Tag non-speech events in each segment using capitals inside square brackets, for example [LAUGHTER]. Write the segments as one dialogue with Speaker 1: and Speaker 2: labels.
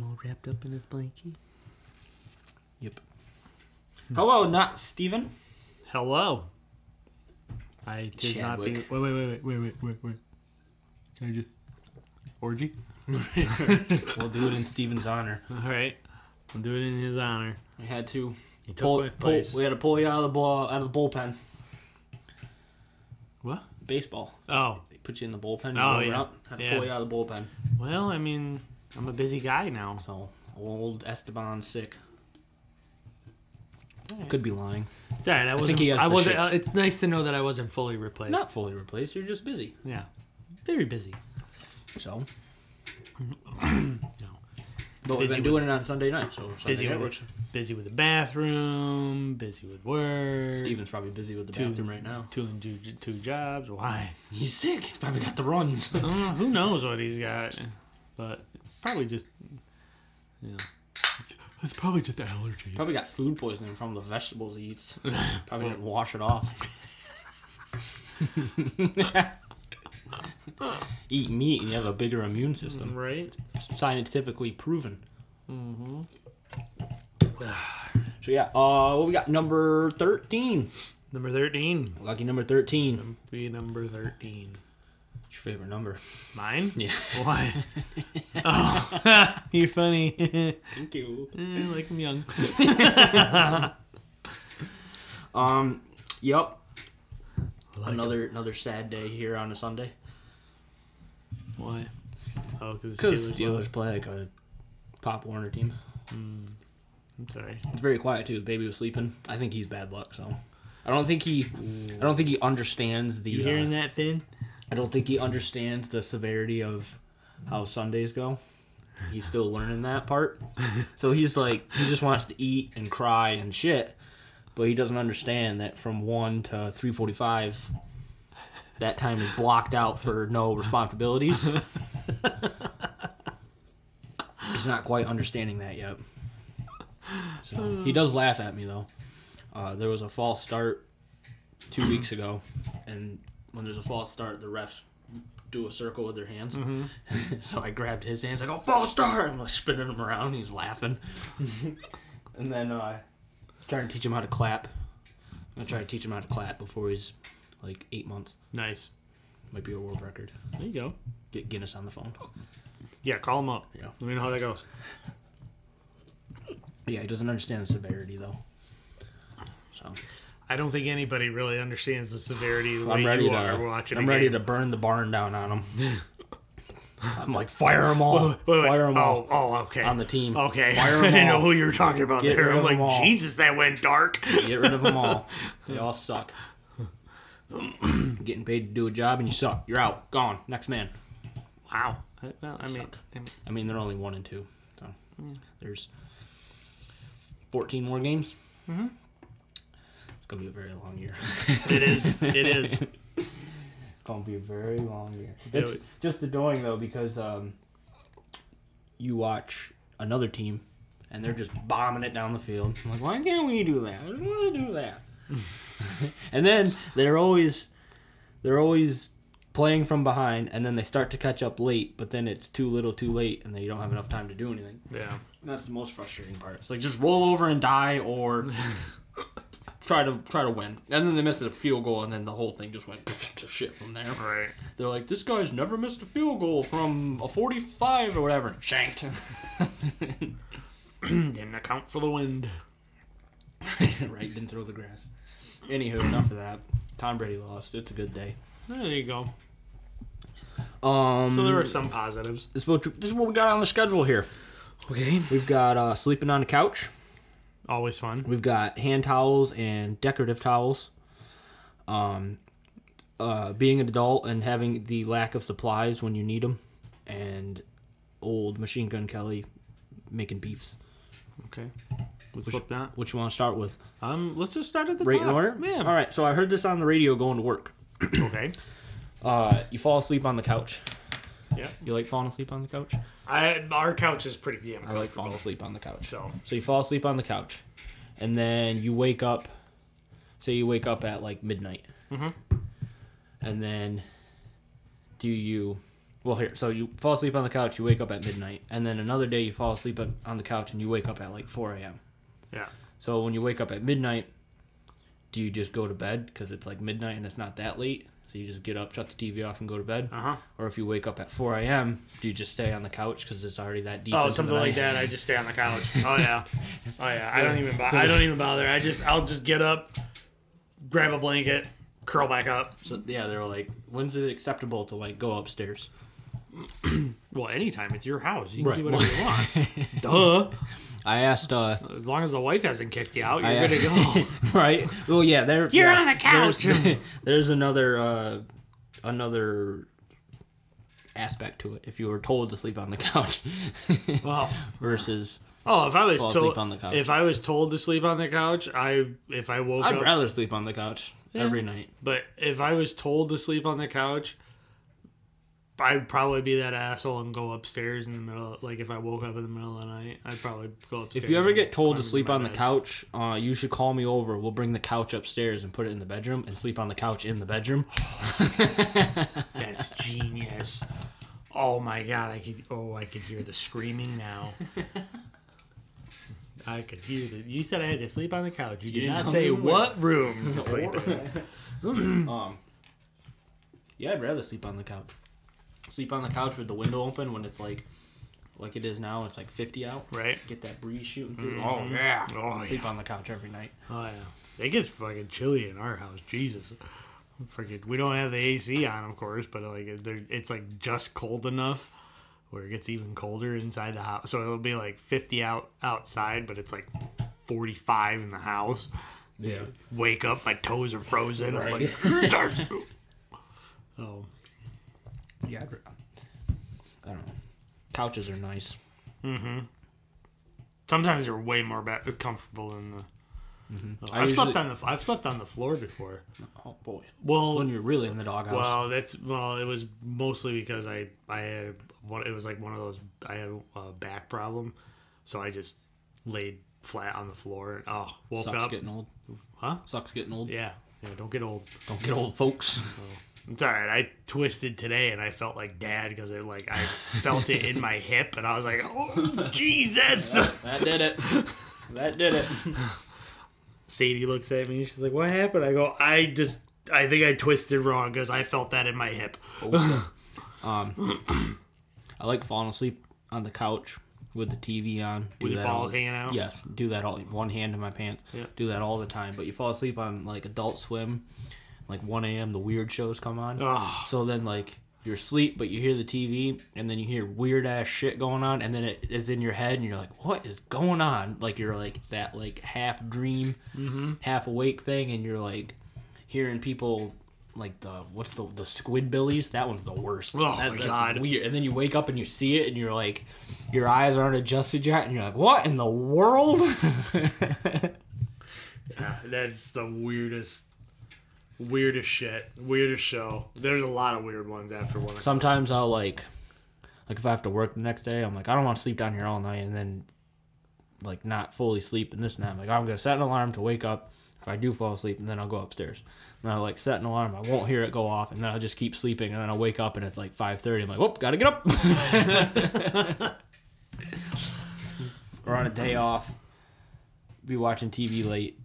Speaker 1: Speaking of Blanky.
Speaker 2: Yep. Hello, not Steven.
Speaker 3: Hello. I tis not be.
Speaker 2: Chadwick.
Speaker 3: Wait, wait, wait, wait, wait, wait, wait, wait. Can I just orgy?
Speaker 2: We'll do it in Steven's honor.
Speaker 3: All right, I'll do it in his honor.
Speaker 2: We had to
Speaker 3: He took
Speaker 2: pull,
Speaker 3: my
Speaker 2: pull
Speaker 3: place.
Speaker 2: we had to pull you out of the ball out of the bullpen.
Speaker 3: What?
Speaker 2: Baseball.
Speaker 3: Oh,
Speaker 2: They put you in the bullpen. You
Speaker 3: Oh,
Speaker 2: oh
Speaker 3: yeah.
Speaker 2: yeah. Up, had to
Speaker 3: Yeah.
Speaker 2: pull you out of the bullpen.
Speaker 3: well, I mean, I'm a busy guy now.
Speaker 2: So old Esteban sick.
Speaker 3: Alright.
Speaker 2: Could be lying.
Speaker 3: It's all right. I wasn't. I,
Speaker 2: he has the
Speaker 3: wasn't.
Speaker 2: shits.
Speaker 3: Uh, it's nice to know that I wasn't fully replaced.
Speaker 2: Not fully replaced. You're just busy.
Speaker 3: Yeah, very busy.
Speaker 2: So.
Speaker 3: [COUGHS] No.
Speaker 2: But we've
Speaker 3: Busy
Speaker 2: been
Speaker 3: with-
Speaker 2: doing it on Sunday night, so Sunday
Speaker 3: Busy
Speaker 2: night
Speaker 3: with
Speaker 2: works.
Speaker 3: busy with the bathroom. Busy with work.
Speaker 2: Steven's probably busy with the
Speaker 3: Two.
Speaker 2: bathroom right now.
Speaker 3: Two and two, two jobs. Why?
Speaker 2: He's sick. He's probably got the runs.
Speaker 3: I don't know, who knows what he's got? But it's probably just, you know, it's probably just allergies.
Speaker 2: probably got food poisoning from the vegetables he eats. Probably didn't wash it off. Eat meat and you have a bigger immune system.
Speaker 3: Right?
Speaker 2: Scientifically proven.
Speaker 3: Mm-hmm.
Speaker 2: [SIGHS] So yeah, uh, what we got number thirteen.
Speaker 3: Number thirteen.
Speaker 2: Lucky number thirteen. What's
Speaker 3: Be number thirteen.
Speaker 2: your favorite number?
Speaker 3: Mine?
Speaker 2: Yeah. [LAUGHS]
Speaker 3: Why? oh, you're funny. Eh,
Speaker 2: [LAUGHS] Thank you.
Speaker 3: like I'm young.
Speaker 2: Um. Yep.
Speaker 3: Like
Speaker 2: another another sad day here on a Sunday.
Speaker 3: it. Why? Oh, because
Speaker 2: Because
Speaker 3: Steelers.
Speaker 2: Steelers
Speaker 3: lost.
Speaker 2: play like a Pop Warner team.
Speaker 3: I'm sorry.
Speaker 2: It's very quiet too. The baby was sleeping. I think he's bad luck. So I don't think he. I don't think he understands the.
Speaker 3: You
Speaker 2: uh,
Speaker 3: hearing that, Finn?
Speaker 2: I don't think he understands the severity of how Sundays go. He's still learning that part. So he's like, he just wants to eat and cry and shit, but he doesn't understand that from one to three forty-five, that time is blocked out for no responsibilities. he's not quite understanding that yet. So he does laugh at me though. Uh, there was a false start two weeks ago, and when there's a false start, the refs do a circle with their hands.
Speaker 3: Mm-hmm.
Speaker 2: [LAUGHS] so I grabbed his hands, I go false start. I'm like spinning him around.
Speaker 3: [LAUGHS]
Speaker 2: He's laughing, and then uh, trying to teach him how to clap. I'm gonna try to teach him how to clap before he's like eight months.
Speaker 3: Nice.
Speaker 2: Might be a world record.
Speaker 3: There you go.
Speaker 2: Get Guinness on the phone.
Speaker 3: Yeah, call him up.
Speaker 2: Yeah.
Speaker 3: Let me know how that goes.
Speaker 2: Yeah, he doesn't understand the severity though. So
Speaker 3: I don't think anybody really understands the severity of the way
Speaker 2: I'm ready
Speaker 3: you
Speaker 2: to.
Speaker 3: are watching.
Speaker 2: I'm
Speaker 3: a
Speaker 2: ready
Speaker 3: game.
Speaker 2: to burn the barn
Speaker 3: [LAUGHS]
Speaker 2: down on him. I'm like fire them all,
Speaker 3: Wait, wait.
Speaker 2: fire them all.
Speaker 3: Oh, oh, okay.
Speaker 2: on the team.
Speaker 3: Okay, [LAUGHS]
Speaker 2: Fire
Speaker 3: I
Speaker 2: 'em
Speaker 3: didn't know
Speaker 2: all.
Speaker 3: who you were talking about
Speaker 2: Get
Speaker 3: there.
Speaker 2: rid
Speaker 3: I'm
Speaker 2: of
Speaker 3: like,
Speaker 2: 'em all.
Speaker 3: Jesus, that went
Speaker 2: [LAUGHS]
Speaker 3: dark.
Speaker 2: Get rid of them all. They all suck. [CLEARS THROAT] Getting paid to do a job and you suck. You're out. Gone. Next man.
Speaker 3: Wow. I, well, I mean, I mean,
Speaker 2: I mean, they're only one and two, so there's 14 more games. Mm-hmm. It's gonna be a very long year.
Speaker 3: it is. It
Speaker 2: [LAUGHS]
Speaker 3: is.
Speaker 2: gonna be a very long year.
Speaker 3: Yeah,
Speaker 2: It's
Speaker 3: it-
Speaker 2: just annoying though because um, you watch another team and they're just bombing it down the field. I'm like, why can't we do that? I want to do that. and then they're always they're always playing from behind, and then they start to catch up late, but then it's too little, too late, and then you don't have enough time to do anything.
Speaker 3: Yeah.
Speaker 2: That's the most frustrating part. It's like just roll over and die, or try to try to win. And then they missed a field goal, and then the whole thing just went to shit from there.
Speaker 3: Right.
Speaker 2: They're like, this guy's never missed a field goal from a 45 or whatever. Shanked. [LAUGHS] Hmm.
Speaker 3: Didn't account for the wind.
Speaker 2: right, didn't throw the grass. Anywho, enough of that. Tom Brady lost. It's a good day.
Speaker 3: There you go.
Speaker 2: Um,
Speaker 3: So there were some positives.
Speaker 2: this, is what, this is what we got on the schedule here.
Speaker 3: Okay.
Speaker 2: We've got uh, sleeping on the couch.
Speaker 3: Always fun.
Speaker 2: We've got hand towels and decorative towels. Um, uh, being an adult and having the lack of supplies when you need them, and old Machine Gun Kelly making beefs.
Speaker 3: Okay. Let's slip that.
Speaker 2: Which you want to start with?
Speaker 3: Um. Let's just start at the
Speaker 2: Rate
Speaker 3: top.
Speaker 2: and order.
Speaker 3: Yeah.
Speaker 2: All right. So I heard this on the radio going to work.
Speaker 3: Okay.
Speaker 2: Uh, you fall asleep on the couch.
Speaker 3: Yeah.
Speaker 2: You like falling asleep on the couch?
Speaker 3: I our couch is pretty damn
Speaker 2: I
Speaker 3: comfortable.
Speaker 2: like falling asleep on the couch.
Speaker 3: So
Speaker 2: So you fall asleep on the couch, and then you wake up. Say you wake up
Speaker 3: Mm-hmm.
Speaker 2: at like midnight,
Speaker 3: Mhm.
Speaker 2: and then do you Well, here, so you fall asleep on the couch, you wake up at midnight, and then another day you fall asleep at- on the couch and you wake up at like 4 a.m.
Speaker 3: Yeah.
Speaker 2: So when you wake up at midnight, do you just go to bed because it's like midnight and it's not that late? So you just get up, shut the TV off, and go to bed.
Speaker 3: Uh huh.
Speaker 2: Or if you wake up at 4 a.m., do you just stay on the couch because it's already that deep?
Speaker 3: Oh,
Speaker 2: into the
Speaker 3: something like
Speaker 2: night?
Speaker 3: that. I just stay on the
Speaker 2: [LAUGHS]
Speaker 3: couch. Oh yeah. Oh yeah. I don't even. Bo- I don't even bother. I just. I'll just get up, grab a blanket, curl back up.
Speaker 2: So yeah, they're like, when's it acceptable to like go upstairs?
Speaker 3: Well, anytime it's your house, you can
Speaker 2: Right.
Speaker 3: do whatever you want.
Speaker 2: [LAUGHS]
Speaker 3: Duh.
Speaker 2: I asked, uh,
Speaker 3: As long as the wife hasn't kicked you out, you're
Speaker 2: I- uh,
Speaker 3: good to go.
Speaker 2: [LAUGHS]
Speaker 3: [LAUGHS]
Speaker 2: right? Well, yeah, there.
Speaker 3: You're
Speaker 2: yeah,
Speaker 3: on the couch.
Speaker 2: There's, [LAUGHS] there's another, uh, another aspect to it. If you were told to sleep on the [LAUGHS] couch
Speaker 3: Well,
Speaker 2: versus,
Speaker 3: oh, if I was
Speaker 2: [LAUGHS] Fall
Speaker 3: told
Speaker 2: asleep on the couch.
Speaker 3: if I was told to sleep on the couch, I if I woke
Speaker 2: I'd
Speaker 3: up,
Speaker 2: rather sleep on the couch every night.
Speaker 3: but if I was told to sleep on the couch, I'd probably be that asshole and go upstairs in the middle. Like if I woke up in the middle of the night, I'd probably go upstairs.
Speaker 2: If you ever
Speaker 3: and
Speaker 2: get told
Speaker 3: climb
Speaker 2: to
Speaker 3: into
Speaker 2: sleep
Speaker 3: my
Speaker 2: on the
Speaker 3: bed.
Speaker 2: couch, uh, you should call me over. We'll bring the couch upstairs and put it in the bedroom and sleep on the couch in the bedroom. [LAUGHS]
Speaker 3: That's genius. Oh my god, I could oh I could hear the screaming now. I could hear the you said I had to sleep on the couch. You did
Speaker 2: didn't
Speaker 3: not
Speaker 2: tell
Speaker 3: say
Speaker 2: me where.
Speaker 3: what room
Speaker 2: [LAUGHS]
Speaker 3: to sleep in.
Speaker 2: Um, yeah, I'd rather sleep on the couch. Sleep on the couch with the window open when it's like, like it is now. It's like fifty out.
Speaker 3: Right.
Speaker 2: Get that breeze shooting through.
Speaker 3: Mhm.
Speaker 2: Oh yeah.
Speaker 3: Oh,
Speaker 2: I'd sleep
Speaker 3: yeah.
Speaker 2: on the couch every night.
Speaker 3: Oh yeah. It gets fucking chilly in our house. Jesus. Freaking, we don't have the AC on, of course, but like there- it's like just cold enough where it gets even colder inside the house. So it'll be like 50 out outside, but it's like 45 in the house.
Speaker 2: Yeah.
Speaker 3: Wake up, my toes are frozen. I'm
Speaker 2: Right. [LAUGHS]
Speaker 3: like, "Darts!" oh,
Speaker 2: Yeah. I'd, ra- I don't know. Couches are nice.
Speaker 3: sometimes they're way more ba- comfortable than the. Oh,
Speaker 2: I
Speaker 3: I've slept
Speaker 2: usually-
Speaker 3: on the I've slept on the floor before.
Speaker 2: Oh boy.
Speaker 3: Well,
Speaker 2: When you're really in the doghouse.
Speaker 3: Well, that's well. It was mostly because I I had one. It was like one of those. I had a back problem, so I just laid flat on the floor and oh, woke
Speaker 2: Sucks
Speaker 3: up.
Speaker 2: getting old.
Speaker 3: Huh?
Speaker 2: Sucks getting old.
Speaker 3: Yeah, yeah. Don't get old.
Speaker 2: Don't get
Speaker 3: [LAUGHS]
Speaker 2: old, folks.
Speaker 3: It's all right. I twisted today and I felt like dad because it like
Speaker 2: [LAUGHS]
Speaker 3: I felt it in my hip and I was like, oh Jesus. [LAUGHS]
Speaker 2: that did it. [LAUGHS] That did it.
Speaker 3: Sadie looks at me. She's like, what happened? I go, I just. I think I twisted wrong because I felt that in my hip.
Speaker 2: Um, I like falling asleep on the couch with the TV on. Do
Speaker 3: With your
Speaker 2: that all
Speaker 3: balls
Speaker 2: the-
Speaker 3: hanging out?
Speaker 2: Yes, do that all. One hand in my pants.
Speaker 3: Yeah.
Speaker 2: Do that all the time. But you fall asleep on like Adult Swim, like 1 a.m. The weird shows come
Speaker 3: Oh,
Speaker 2: on.
Speaker 3: Ugh.
Speaker 2: [SIGHS] So then like you're asleep, but you hear the TV, and then you hear weird ass shit going on, and then it is in your head, and you're like, what is going on? Like you're like that like half dream,
Speaker 3: Mm-hmm.
Speaker 2: half awake thing, and you're like hearing people. Like the what's the the squid billies? That one's the worst.
Speaker 3: Oh, my God.
Speaker 2: Weird. And then you wake up and you see it, and you're like, your eyes aren't adjusted yet, and you're like, what in the world? [LAUGHS]
Speaker 3: Yeah, that's the weirdest, weirdest shit, weirdest show. There's a lot of weird ones after one.
Speaker 2: Sometimes I'll like, like if I have to work the next day, I'm like, I don't want to sleep down here all night, and then like not fully sleep and this and that. I'm like, I'm gonna set an alarm to wake up if I do fall asleep, and then I'll go upstairs. And I like set an alarm, I won't hear it go off, and then I'll just keep sleeping, and then I'll wake up and it's like 5:30. I'm like, whoop, gotta get up. or on a day off, be watching TV late.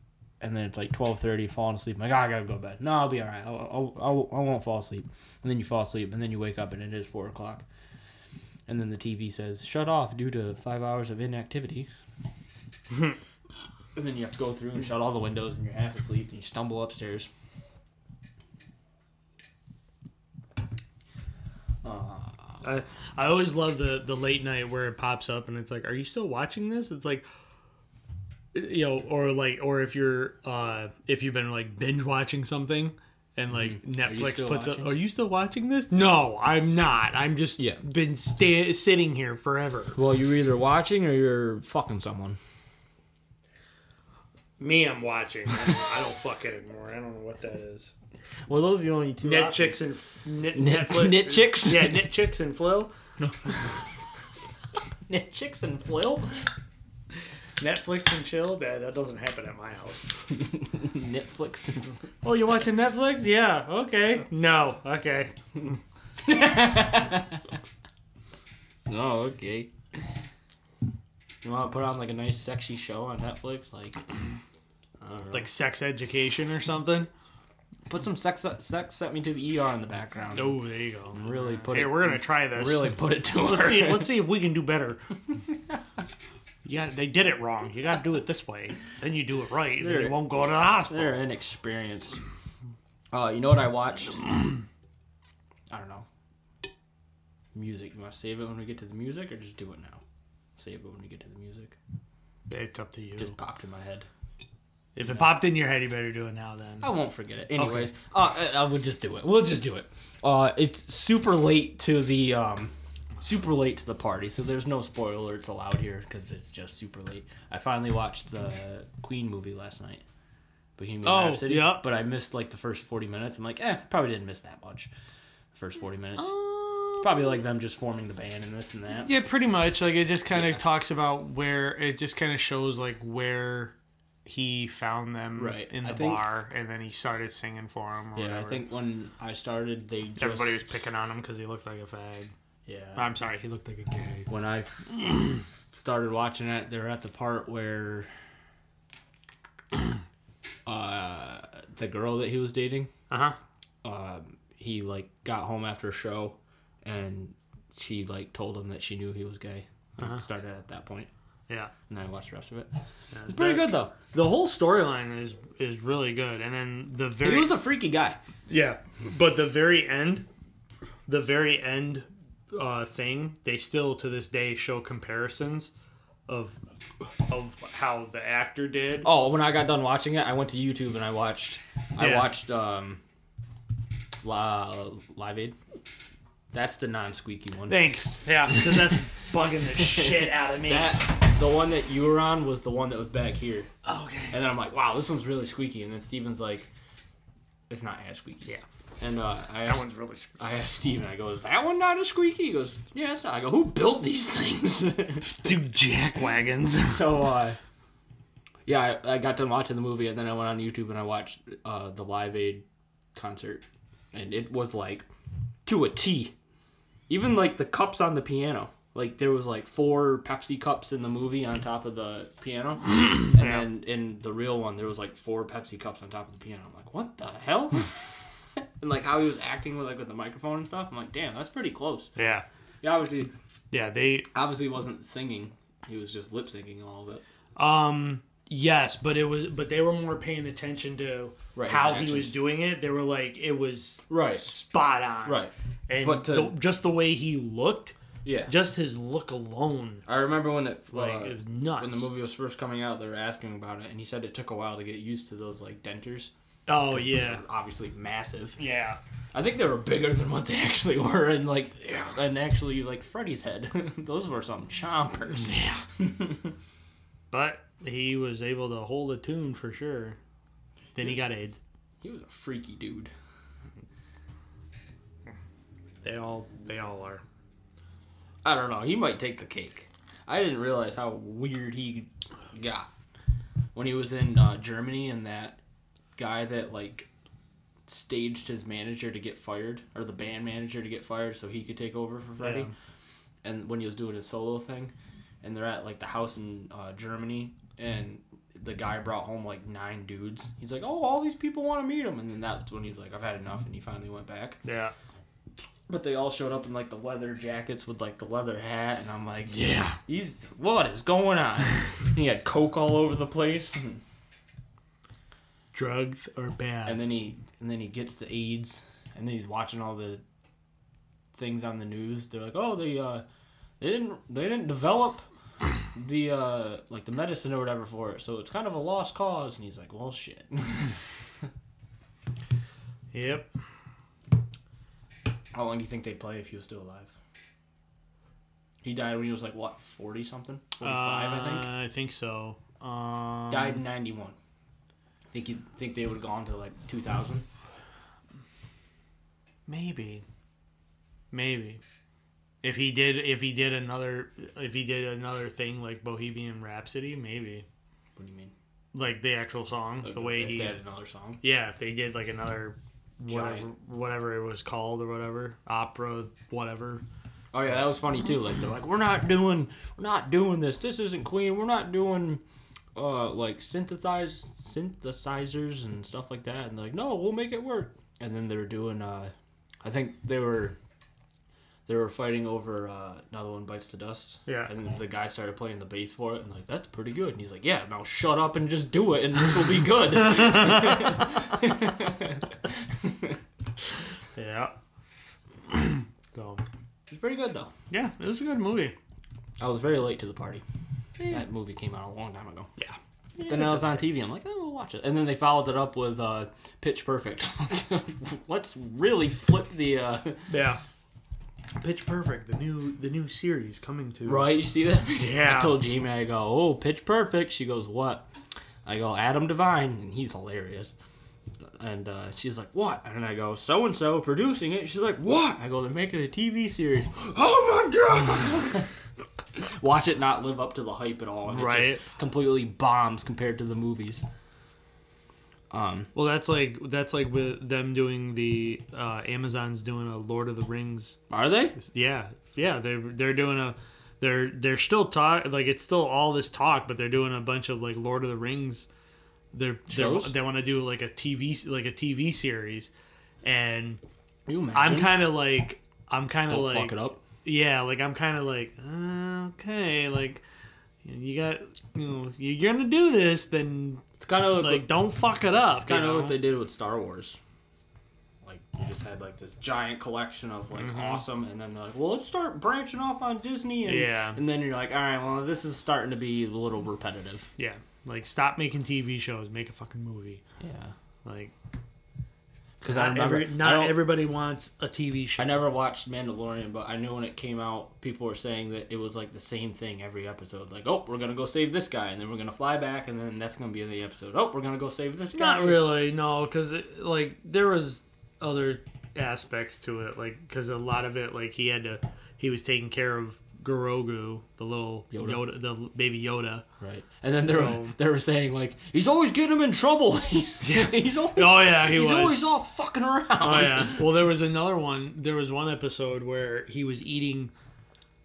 Speaker 2: And then it's like twelve thirty, falling asleep. I'm like, "Ah, I gotta go to bed. No, I'll be all right. I'll, I'll, I'll, I won't fall asleep. And then you fall asleep, and then you wake up, and it is four o'clock. And then the TV says, shut off due to five hours of [LAUGHS] inactivity. and then you have to go through and shut all the windows, and you're half asleep, and you stumble upstairs.
Speaker 3: I, I always love the the late night where it pops up and it's like, are you still watching this? It's like, you know, or like, or if you're uh if you've been like binge watching something. And like Netflix
Speaker 2: Mm-hmm. still
Speaker 3: puts up,
Speaker 2: watching?
Speaker 3: are you still watching this? No, I'm not. I'm just
Speaker 2: Yeah.
Speaker 3: been sta- sitting here forever.
Speaker 2: Well, you're either watching or you're fucking someone.
Speaker 3: Me, I'm watching. I don't, I don't fuck it anymore. I don't know what that is.
Speaker 2: Well, those are the only two.
Speaker 3: Net
Speaker 2: options. [LAUGHS]
Speaker 3: chicks and f- knit,
Speaker 2: Knit-
Speaker 3: Netflix- [LAUGHS]
Speaker 2: knit chicks?
Speaker 3: Yeah, knit chicks and Flo.
Speaker 2: Net chicks and [LAUGHS] flill.
Speaker 3: Netflix and chill. That that doesn't happen at my house.
Speaker 2: Netflix and
Speaker 3: Oh, you're watching Netflix? Yeah. Okay. No. Okay.
Speaker 2: Oh, okay. You want to put on like a nice, sexy show on Netflix, like, [CLEARS THROAT] I don't know.
Speaker 3: Like sex education or something.
Speaker 2: put some sex, sex set me to the ER in the background.
Speaker 3: Oh, there you go.
Speaker 2: Really put
Speaker 3: Hey,
Speaker 2: it.
Speaker 3: we're gonna try this. [LAUGHS]
Speaker 2: really put it [LAUGHS] to
Speaker 3: Let's
Speaker 2: her.
Speaker 3: see. Let's see if we can do [LAUGHS] better. You got. They did it wrong. You got to do it this way. Then you do it right. and Then
Speaker 2: There.
Speaker 3: you won't go to the hospital.
Speaker 2: They're inexperienced. [CLEARS THROAT] Uh, you know what [CLEARS THROAT] I watched? I don't know. Music. You want to save it when we get to the music, or just do it now? Save it when we get to the music.
Speaker 3: It's up to you.
Speaker 2: Just popped in my head.
Speaker 3: if it popped in your head, you better do it now. Then
Speaker 2: I won't forget it. Anyways, uh, I, I would just do it. We'll just do it. Uh, it's super late to the um, super late to the party, so there's no spoilers allowed here because it's just super late. I finally watched the Queen movie last night, Bohemian
Speaker 3: Oh,
Speaker 2: Rhapsody.
Speaker 3: yeah.
Speaker 2: But I missed like the first 40 minutes. I'm like, eh, probably didn't miss that much. The first 40 minutes,
Speaker 3: Oh.
Speaker 2: probably like them just forming the band and this and that.
Speaker 3: Yeah, pretty much. Like it just kind of talks about where it just kind of shows like where he found them
Speaker 2: Right.
Speaker 3: in the
Speaker 2: I think-
Speaker 3: bar, and then he started singing for him. Or
Speaker 2: Yeah, I
Speaker 3: whatever.
Speaker 2: think when I started, they just
Speaker 3: everybody was picking on him because he looked like a fag.
Speaker 2: yeah.
Speaker 3: I'm sorry, he looked like a gay.
Speaker 2: when I [CLEARS THROAT] started watching it, they're at the part where [CLEARS THROAT] uh, the girl that he was dating,
Speaker 3: Uh huh.
Speaker 2: um, he like got home after a show, and she like told him that she knew he was gay. It started at that point,
Speaker 3: Yeah.
Speaker 2: and then I watched the rest of it.
Speaker 3: Yeah,
Speaker 2: It's pretty
Speaker 3: that-
Speaker 2: good though.
Speaker 3: The whole storyline is is really good, and then the very
Speaker 2: He was a freaky guy.
Speaker 3: yeah, but the very end, the very end uh, thing, they still to this day show comparisons of of how the actor did.
Speaker 2: Oh, when I got done watching it, I went to YouTube and I watched. I
Speaker 3: Yeah.
Speaker 2: watched um, La, Live Aid. That's the non-squeaky one.
Speaker 3: Thanks. Yeah, because that's bugging the shit out of me.
Speaker 2: That the one that you were on was the one that was back here.
Speaker 3: okay.
Speaker 2: And then I'm like, wow, this one's really squeaky. And then Steven's like, it's not as squeaky.
Speaker 3: Yeah,
Speaker 2: And uh, I
Speaker 3: that
Speaker 2: asked,
Speaker 3: one's really. sp-
Speaker 2: I asked Steven, I go, is that one not as squeaky? He goes, yeah, it's not. I go, who built these things? [LAUGHS]
Speaker 3: Two jack wagons. [LAUGHS]
Speaker 2: so, uh, [LAUGHS] yeah, I, I got done watching the movie, and then I went on YouTube and I watched uh, the Live Aid concert, and it was like to a T. Even like the cups on the piano, like there was like four Pepsi cups in the movie on top of the piano, and then in the real one there was like four Pepsi cups on top of the piano. I'm like, what the hell? and like how he was acting with like with the microphone and stuff. I'm like, damn, that's pretty close.
Speaker 3: yeah,
Speaker 2: Yeah, obviously,
Speaker 3: yeah. They
Speaker 2: obviously wasn't singing. He was just lip syncing all of it.
Speaker 3: Um. Yes, but it was. But they were more paying attention to
Speaker 2: Right, his
Speaker 3: how he
Speaker 2: actions.
Speaker 3: was doing it. They were like, it was
Speaker 2: Right.
Speaker 3: spot on, And
Speaker 2: But to-
Speaker 3: the, just the way he looked,
Speaker 2: Yeah.
Speaker 3: just his look alone,
Speaker 2: I remember when it,
Speaker 3: like
Speaker 2: uh,
Speaker 3: it was
Speaker 2: when
Speaker 3: nuts.
Speaker 2: the movie was first coming out, they were asking about it, and he said it took a while to get used to those like dentures.
Speaker 3: oh
Speaker 2: 'cause they
Speaker 3: yeah,
Speaker 2: were obviously massive.
Speaker 3: yeah.
Speaker 2: I think they were bigger than what they [LAUGHS] actually were, and like, and actually like Freddy's head. [LAUGHS] those were some chompers.
Speaker 3: Yeah. but he was able to hold a tune for sure. Then he got AIDS.
Speaker 2: He was a freaky dude.
Speaker 3: They all, they all are.
Speaker 2: I don't know. He might take the cake. I didn't realize how weird he got when he was in uh, Germany and that guy that like staged his manager to get fired or the band manager to get fired so he could take over for Freddie.
Speaker 3: Yeah.
Speaker 2: And when he was doing his solo thing, and they're at like the house in uh, Germany, and the guy brought home like nine dudes. He's like, "Oh, all these people want to meet him," and then that's when he was like, "I've had enough," and he finally went back.
Speaker 3: Yeah.
Speaker 2: But they all showed up in like the leather jackets with like the leather hat, and I'm like,
Speaker 3: Yeah.
Speaker 2: He's what is going on? he had coke all over the place,
Speaker 3: Drugs are bad.
Speaker 2: and then he and then he gets the AIDS, and then he's watching all the things on the news. They're like, oh, they uh, they didn't they didn't develop the uh like the medicine or whatever for it, so it's kind of a lost cause. And he's like, well, shit. [LAUGHS]
Speaker 3: yep.
Speaker 2: How long do you think they play if he was still alive? He died when he was like what forty something, forty five, I think.
Speaker 3: Uh, I think so. Um,
Speaker 2: Died in ninety one. Think you think they would have gone to like two thousand?
Speaker 3: Maybe. Maybe. If he did if he did another if he did another thing like Bohemian Rhapsody, maybe.
Speaker 2: What do you mean?
Speaker 3: Like the actual song, the way
Speaker 2: if
Speaker 3: he
Speaker 2: they had another song.
Speaker 3: Yeah, if they did like another whatever
Speaker 2: Giant.
Speaker 3: whatever it was called or whatever opera whatever.
Speaker 2: Oh yeah, that was funny too. Like they're like, we're not doing, we're not doing this. This isn't Queen. We're not doing, uh, like synthesized synthesizers and stuff like that. And they're like, no, we'll make it work. And then they were doing, uh, I think they were, they were fighting over uh, another one bites the dust.
Speaker 3: Yeah.
Speaker 2: And then the guy started playing the bass for it, and like that's pretty good. And he's like, yeah, now shut up and just do it, and this will be good. [LAUGHS]
Speaker 3: Yeah. [CLEARS THROAT] so
Speaker 2: it's pretty good though.
Speaker 3: yeah, it was a good movie.
Speaker 2: I was very late to the party. That movie came out a long time ago.
Speaker 3: Yeah.
Speaker 2: Then I was on TV. I'm like, oh, we'll watch it. And then they followed it up with uh, Pitch Perfect. [LAUGHS] Let's really flip the uh...
Speaker 3: Yeah. Pitch Perfect, the new the new series coming to
Speaker 2: right. You see that?
Speaker 3: Yeah.
Speaker 2: I told Jamie, I go, oh, Pitch Perfect. She goes, what? I go, Adam Devine, and he's hilarious. And uh, she's like, what? And I go, so and so producing it. She's like, what? I go, they're making a TV series. oh my god! Watch it not live up to the hype at all. And It
Speaker 3: Right.
Speaker 2: just completely bombs compared to the movies. Um.
Speaker 3: Well, that's like that's like with them doing the uh, Amazon's doing a Lord of the Rings.
Speaker 2: Are they?
Speaker 3: Yeah, yeah, they're they're doing a they're they're still talk like it's still all this talk, but they're doing a bunch of like Lord of the Rings. They're, they're
Speaker 2: Shows?
Speaker 3: they want to do like a TV s- like a TV series, and
Speaker 2: Can you imagine?
Speaker 3: I'm kind of like I'm kind of
Speaker 2: Don't
Speaker 3: like
Speaker 2: fuck it up.
Speaker 3: yeah, like I'm kind of like uh, okay, like you got you know you're gonna do this, then
Speaker 2: It's kind of
Speaker 3: like don't fuck it up.
Speaker 2: kind
Speaker 3: you
Speaker 2: of
Speaker 3: know?
Speaker 2: what they did with Star Wars. Like they just had like this giant collection of like
Speaker 3: Mm-hmm.
Speaker 2: awesome, and then they're like, well, let's start branching off on Disney, and
Speaker 3: Yeah.
Speaker 2: and then you're like, all right, well, this is starting to be a little repetitive.
Speaker 3: Yeah. Like stop making TV shows, make a fucking movie.
Speaker 2: Yeah,
Speaker 3: Like
Speaker 2: because I
Speaker 3: not,
Speaker 2: remember
Speaker 3: every,
Speaker 2: I,
Speaker 3: not
Speaker 2: don't-
Speaker 3: everybody wants a TV show.
Speaker 2: I never watched Mandalorian, but I knew when it came out, people were saying that it was like the same thing every episode. Like, oh, we're gonna go save this guy, and then we're gonna fly back, and then that's gonna be the episode. Oh, we're gonna go save this guy.
Speaker 3: Not really, no, cuz like there was other aspects to it like cuz a lot of it like he had to he was taking care of Grogu, the little
Speaker 2: Yoda.
Speaker 3: Yoda, the baby Yoda.
Speaker 2: Right. And then they were,
Speaker 3: So-
Speaker 2: they were saying, like, he's always getting him in trouble. [LAUGHS] he's always,
Speaker 3: Oh yeah, he
Speaker 2: he's
Speaker 3: was.
Speaker 2: always all fucking around.
Speaker 3: Oh yeah. Well, there was another one. There was one episode where he was eating,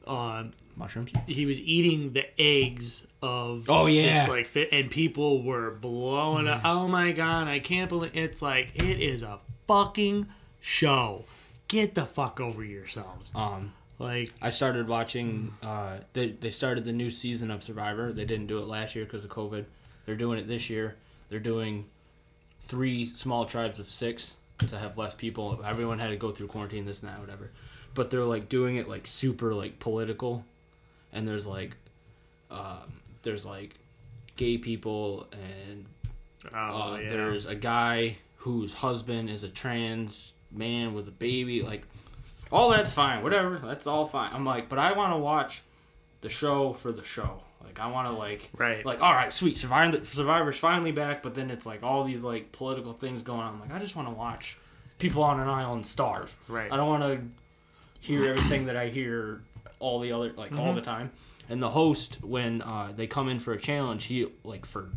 Speaker 3: uh,
Speaker 2: Mushrooms.
Speaker 3: he was eating the eggs of
Speaker 2: Oh, yeah.
Speaker 3: this, like fit and people were blowing up oh my god i can't believe it's like it is a fucking show get the fuck over yourselves
Speaker 2: Um,
Speaker 3: like
Speaker 2: I started watching, uh, they, they started the new season of Survivor. They didn't do it last year because of COVID. They're doing it this year. They're doing three small tribes of six to have less people. Everyone had to go through quarantine, this and that, whatever. But they're, like, doing it, like, super, like, political. And there's, like, um, there's, like, gay people and
Speaker 3: oh
Speaker 2: Uh, There's a guy whose husband is a trans man with a baby. Like, all that's fine. Whatever. That's all fine. I'm like, but I want to watch the show for the show. Like, I want to like,
Speaker 3: Right.
Speaker 2: Like, all right, sweet. Survivor, Survivor's finally back, but then it's like all these like political things going on. I'm like, I just want to watch people on an island starve.
Speaker 3: Right.
Speaker 2: I don't want to hear everything that I hear all the other like all the time. And the host, when uh, they come in for a challenge, he like for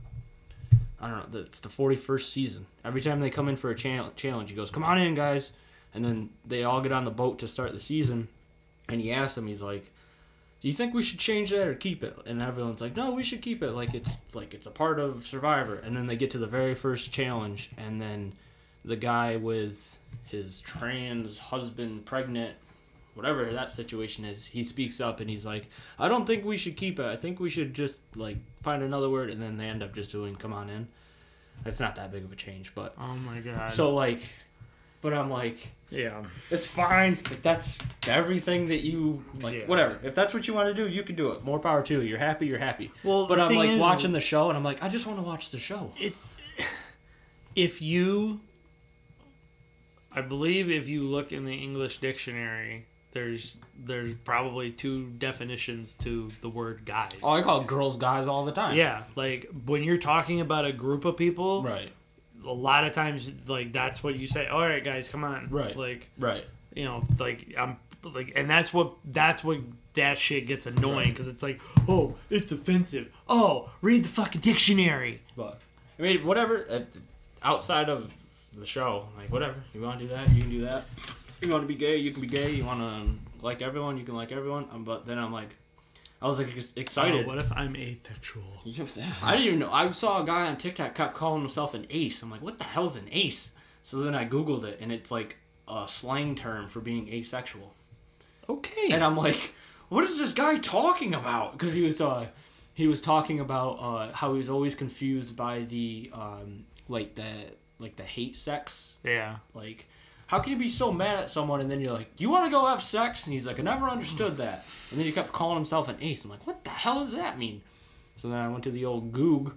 Speaker 2: I don't know. It's the forty first season. Every time they come in for a chal- challenge, he goes, "Come on in, guys," and then they all get on the boat to start the season. And he asks them, he's like, "Do you think we should change that or keep it?" And everyone's like, "No, we should keep it. Like it's like it's a part of Survivor." And then they get to the very first challenge, and then the guy with his trans husband pregnant whatever that situation is, he speaks up and he's like, I don't think we should keep it. I think we should just like find another word and then they end up just doing come on in. It's not that big of a change, but
Speaker 3: oh my god
Speaker 2: so like but I'm like,
Speaker 3: yeah
Speaker 2: it's fine. If that's everything that you like
Speaker 3: Yeah.
Speaker 2: whatever. If that's what you want to do, you can do it. More power to you. You're happy, you're happy.
Speaker 3: Well,
Speaker 2: but
Speaker 3: the
Speaker 2: I'm
Speaker 3: thing
Speaker 2: like
Speaker 3: is-
Speaker 2: watching the show and I'm like, I just want to watch the show.
Speaker 3: it's [SIGHS] if you i believe if you look in the english dictionary there's there's probably two definitions to the word guys
Speaker 2: Oh, I call girls guys all the time.
Speaker 3: yeah like when you're talking about a group of people
Speaker 2: Right.
Speaker 3: a lot of times like that's what you say all right guys come on
Speaker 2: Right.
Speaker 3: like
Speaker 2: Right.
Speaker 3: you know like i'm like and that's what that's what that shit gets annoying because it's like oh it's offensive oh read the fucking dictionary
Speaker 2: But I mean, whatever. uh, Outside of the show. Like whatever you want to do that, you can do that. You want to be gay, you can be gay. You want to like everyone, you can like everyone. Um, but then I'm like, I was like ex-
Speaker 3: Oh,
Speaker 2: excited.
Speaker 3: what [LAUGHS] if I'm asexual?
Speaker 2: I didn't even know. I saw a guy on TikTok kept calling himself an ace. I'm like, what the hell's an ace? So then I googled it, and it's like a slang term for being asexual.
Speaker 3: Okay.
Speaker 2: And I'm like, what is this guy talking about? Because he was uh, he was talking about uh, how he was always confused by the um, like the like the hate sex.
Speaker 3: yeah.
Speaker 2: Like, how can you be so mad at someone and then you're like, you want to go have sex? And he's like, I never understood that. And then he kept calling himself an ace. I'm like, what the hell does that mean? So then I went to the old Goog,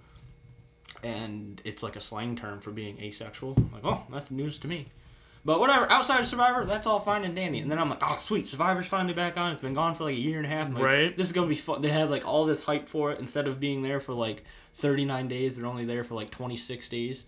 Speaker 2: and it's like a slang term for being asexual. I'm like, oh, that's news to me. But whatever, outside of Survivor, that's all fine and dandy. And then I'm like, oh, sweet, Survivor's finally back on. It's been gone for like a year and a half. I'm like,
Speaker 3: Right.
Speaker 2: This is going to be fun. They had like all this hype for it. Instead of being there for like 39 days, they're only there for like 26 days.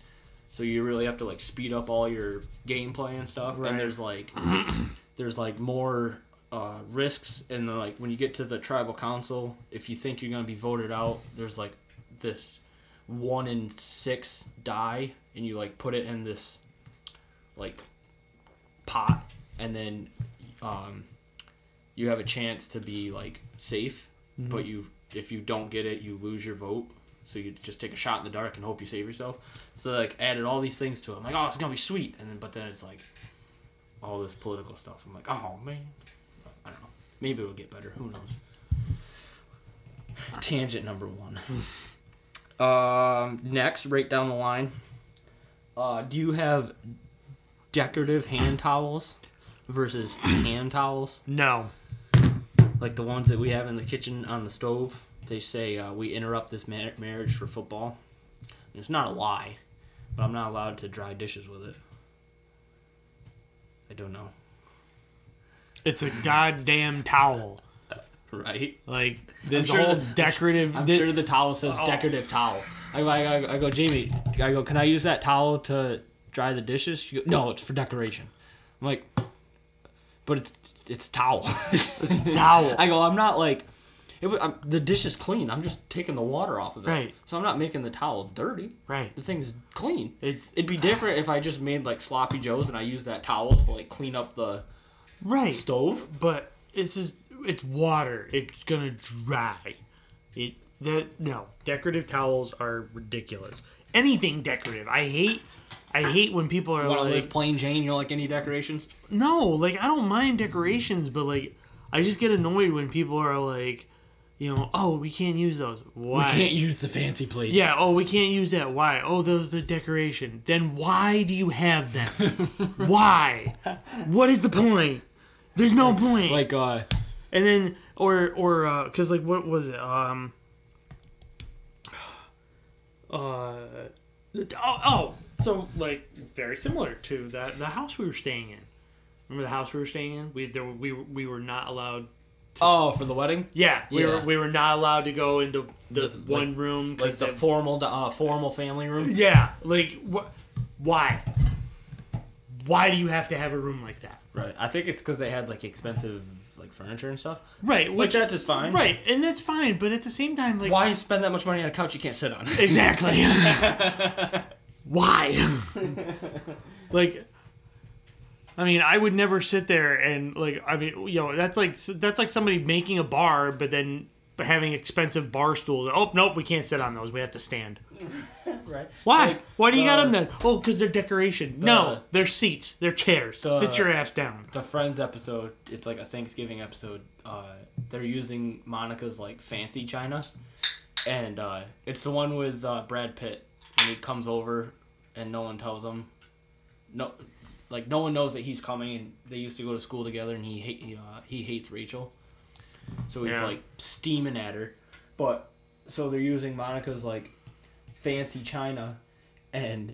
Speaker 2: So you really have to like speed up all your gameplay and stuff.
Speaker 3: Right.
Speaker 2: And there's like, [CLEARS THROAT] there's like more uh, risks and then like when you get to the tribal council if you think you're going to be voted out there's like this one in six die and you like put it in this like pot and then um, you have a chance to be like safe but you if you don't get it you lose your vote so you just take a shot in the dark and hope you save yourself so like added all these things to it i'm like oh it's going to be sweet and then but then it's like all this political stuff. I'm like, oh man, I don't know. Maybe it'll get better. Who knows? Tangent number one. um, next, right down the line. Uh, do you have decorative hand towels versus hand towels,
Speaker 3: No.
Speaker 2: like the ones that we have in the kitchen on the stove? They say uh, we interrupt this ma- marriage for football. And it's not a lie, but I'm not allowed to dry dishes with it. I don't know.
Speaker 3: It's a goddamn towel.
Speaker 2: Right?
Speaker 3: Like this
Speaker 2: I'm sure
Speaker 3: whole
Speaker 2: the-
Speaker 3: decorative.
Speaker 2: I'm
Speaker 3: thi-
Speaker 2: sure the towel says
Speaker 3: Oh.
Speaker 2: decorative towel. I, I, I, I go, Jamie, I go, can I use that towel to dry the dishes? She goes, no, it's for decoration. I'm like, but it's it's towel.
Speaker 3: [LAUGHS]
Speaker 2: [LAUGHS] it's
Speaker 3: towel.
Speaker 2: I go, I'm not like, it, wa- I'm, the dish is clean. I'm just taking the water off of it.
Speaker 3: Right.
Speaker 2: So I'm not making the towel dirty.
Speaker 3: Right.
Speaker 2: The thing's clean.
Speaker 3: It's [SIGHS]
Speaker 2: It'd be different if I just made like sloppy joes and I used that towel to like clean up the
Speaker 3: right.
Speaker 2: stove.
Speaker 3: but it's just it's water. It's gonna dry. It that no decorative towels are ridiculous. Anything decorative, I hate. I hate when people are
Speaker 2: Want to
Speaker 3: like,
Speaker 2: live plain Jane? You're like any decorations?
Speaker 3: no, like I don't mind decorations, but like I just get annoyed when people are like, you know, oh we can't use those. Why?
Speaker 2: use the fancy plates.
Speaker 3: yeah. Oh, we can't use that. Why? Oh, those are decoration. Then why do you have
Speaker 2: [LAUGHS]
Speaker 3: them? why? What is the point? There's no point.
Speaker 2: Like uh,
Speaker 3: And then, or or uh 'cause cause like what was it? Um, [SIGHS] uh, oh, oh, so like very similar to that the house we were staying in. Remember the house we were staying in? We there, were- we were- we were not allowed.
Speaker 2: oh, for the wedding.
Speaker 3: Yeah, we were
Speaker 2: Yeah.
Speaker 3: we were not allowed to go into the,
Speaker 2: The-
Speaker 3: one room.
Speaker 2: like
Speaker 3: 'cause
Speaker 2: the
Speaker 3: it-
Speaker 2: formal uh, formal family room.
Speaker 3: yeah, like wh- why? Why do you have to have a room like that?
Speaker 2: Right. I think it's because they had like expensive like furniture and stuff.
Speaker 3: Right,
Speaker 2: Like
Speaker 3: which
Speaker 2: that's is fine.
Speaker 3: right, and that's fine. But at the same time, like
Speaker 2: Why spend that much money on a couch you can't sit on? [LAUGHS]
Speaker 3: Exactly. Why? [LAUGHS] like, I mean, I would never sit there and like. I mean, you know, that's like that's like somebody making a bar, but then having expensive bar stools. Oh nope, we can't sit on those. We have to stand.
Speaker 2: right.
Speaker 3: Why?
Speaker 2: Like,
Speaker 3: Why do you got
Speaker 2: the-
Speaker 3: them then? Oh, because they're decoration. no, they're seats. They're chairs.
Speaker 2: the-
Speaker 3: sit your ass down.
Speaker 2: The Friends episode. It's like a Thanksgiving episode. Uh, they're using Monica's like fancy china, and uh, it's the one with uh, Brad Pitt when he comes over and no one tells him. No, like no one knows that he's coming, and they used to go to school together, and he hate he, uh, he hates Rachel, so he's
Speaker 3: Yeah.
Speaker 2: like steaming at her. But so they're using Monica's like fancy china, and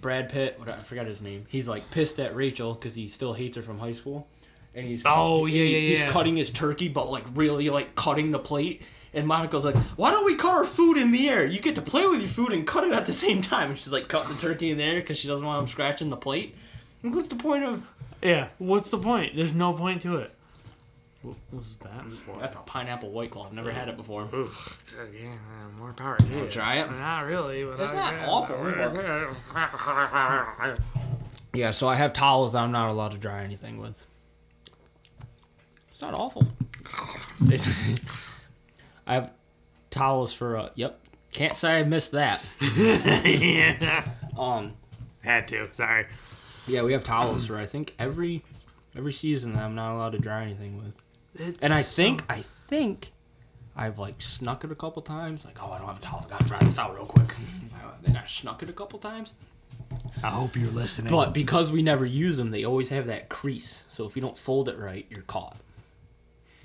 Speaker 2: Brad Pitt, what I forgot his name. He's like pissed at Rachel because he still hates her from high school, and he's
Speaker 3: Oh, yeah,
Speaker 2: he-
Speaker 3: yeah,
Speaker 2: he's
Speaker 3: yeah.
Speaker 2: cutting his turkey, but like really like cutting the plate. And Monica's like, "Why don't we cut our food in the air? You get to play with your food and cut it at the [LAUGHS] same time." And she's like, cutting the turkey in the air because she doesn't want him scratching the plate. And what's the point of
Speaker 3: Yeah. What's the point? There's no point to it. What was that for?
Speaker 2: That's a pineapple white claw. I've never had it before.
Speaker 3: Ugh, yeah, more power. Uh,
Speaker 2: Wanna
Speaker 3: Dude.
Speaker 2: try it?
Speaker 3: Not really. But
Speaker 2: That's
Speaker 3: I-
Speaker 2: not awful,
Speaker 3: but-
Speaker 2: Yeah, so I have towels that I'm not allowed to dry anything with. It's not awful. It's- [LAUGHS] I have towels for uh, yep. Can't say I missed that.
Speaker 3: [LAUGHS] yeah.
Speaker 2: Um,
Speaker 3: Had to. Sorry.
Speaker 2: yeah, we have towels for I think every every season that I'm not allowed to dry anything with.
Speaker 3: It's
Speaker 2: And I
Speaker 3: so-
Speaker 2: think I think I've like snuck it a couple times. Like, oh, I don't have a towel. I gotta dry this out real quick. [LAUGHS] then I snuck it a couple times.
Speaker 3: I hope you're listening.
Speaker 2: But because we never use them, they always have that crease. So if you don't fold it right, you're caught.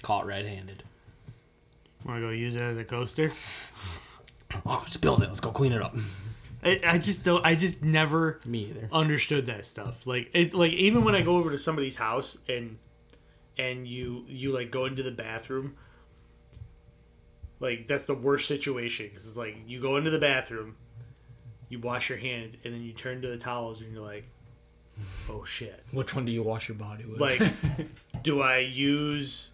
Speaker 2: Caught red-handed.
Speaker 3: want to go use it as a coaster?
Speaker 2: [CLEARS THROAT] Oh, spilled it. Let's go clean it up.
Speaker 3: I, I just don't. I just never
Speaker 2: [CLEARS THROAT] Me either.
Speaker 3: understood that stuff. Like it's like even when I go over to somebody's house and and you you like go into the bathroom. Like that's the worst situation because it's like you go into the bathroom, you wash your hands, and then you turn to the towels and you're like, oh shit.
Speaker 2: Which one do you wash your body with?
Speaker 3: like do i use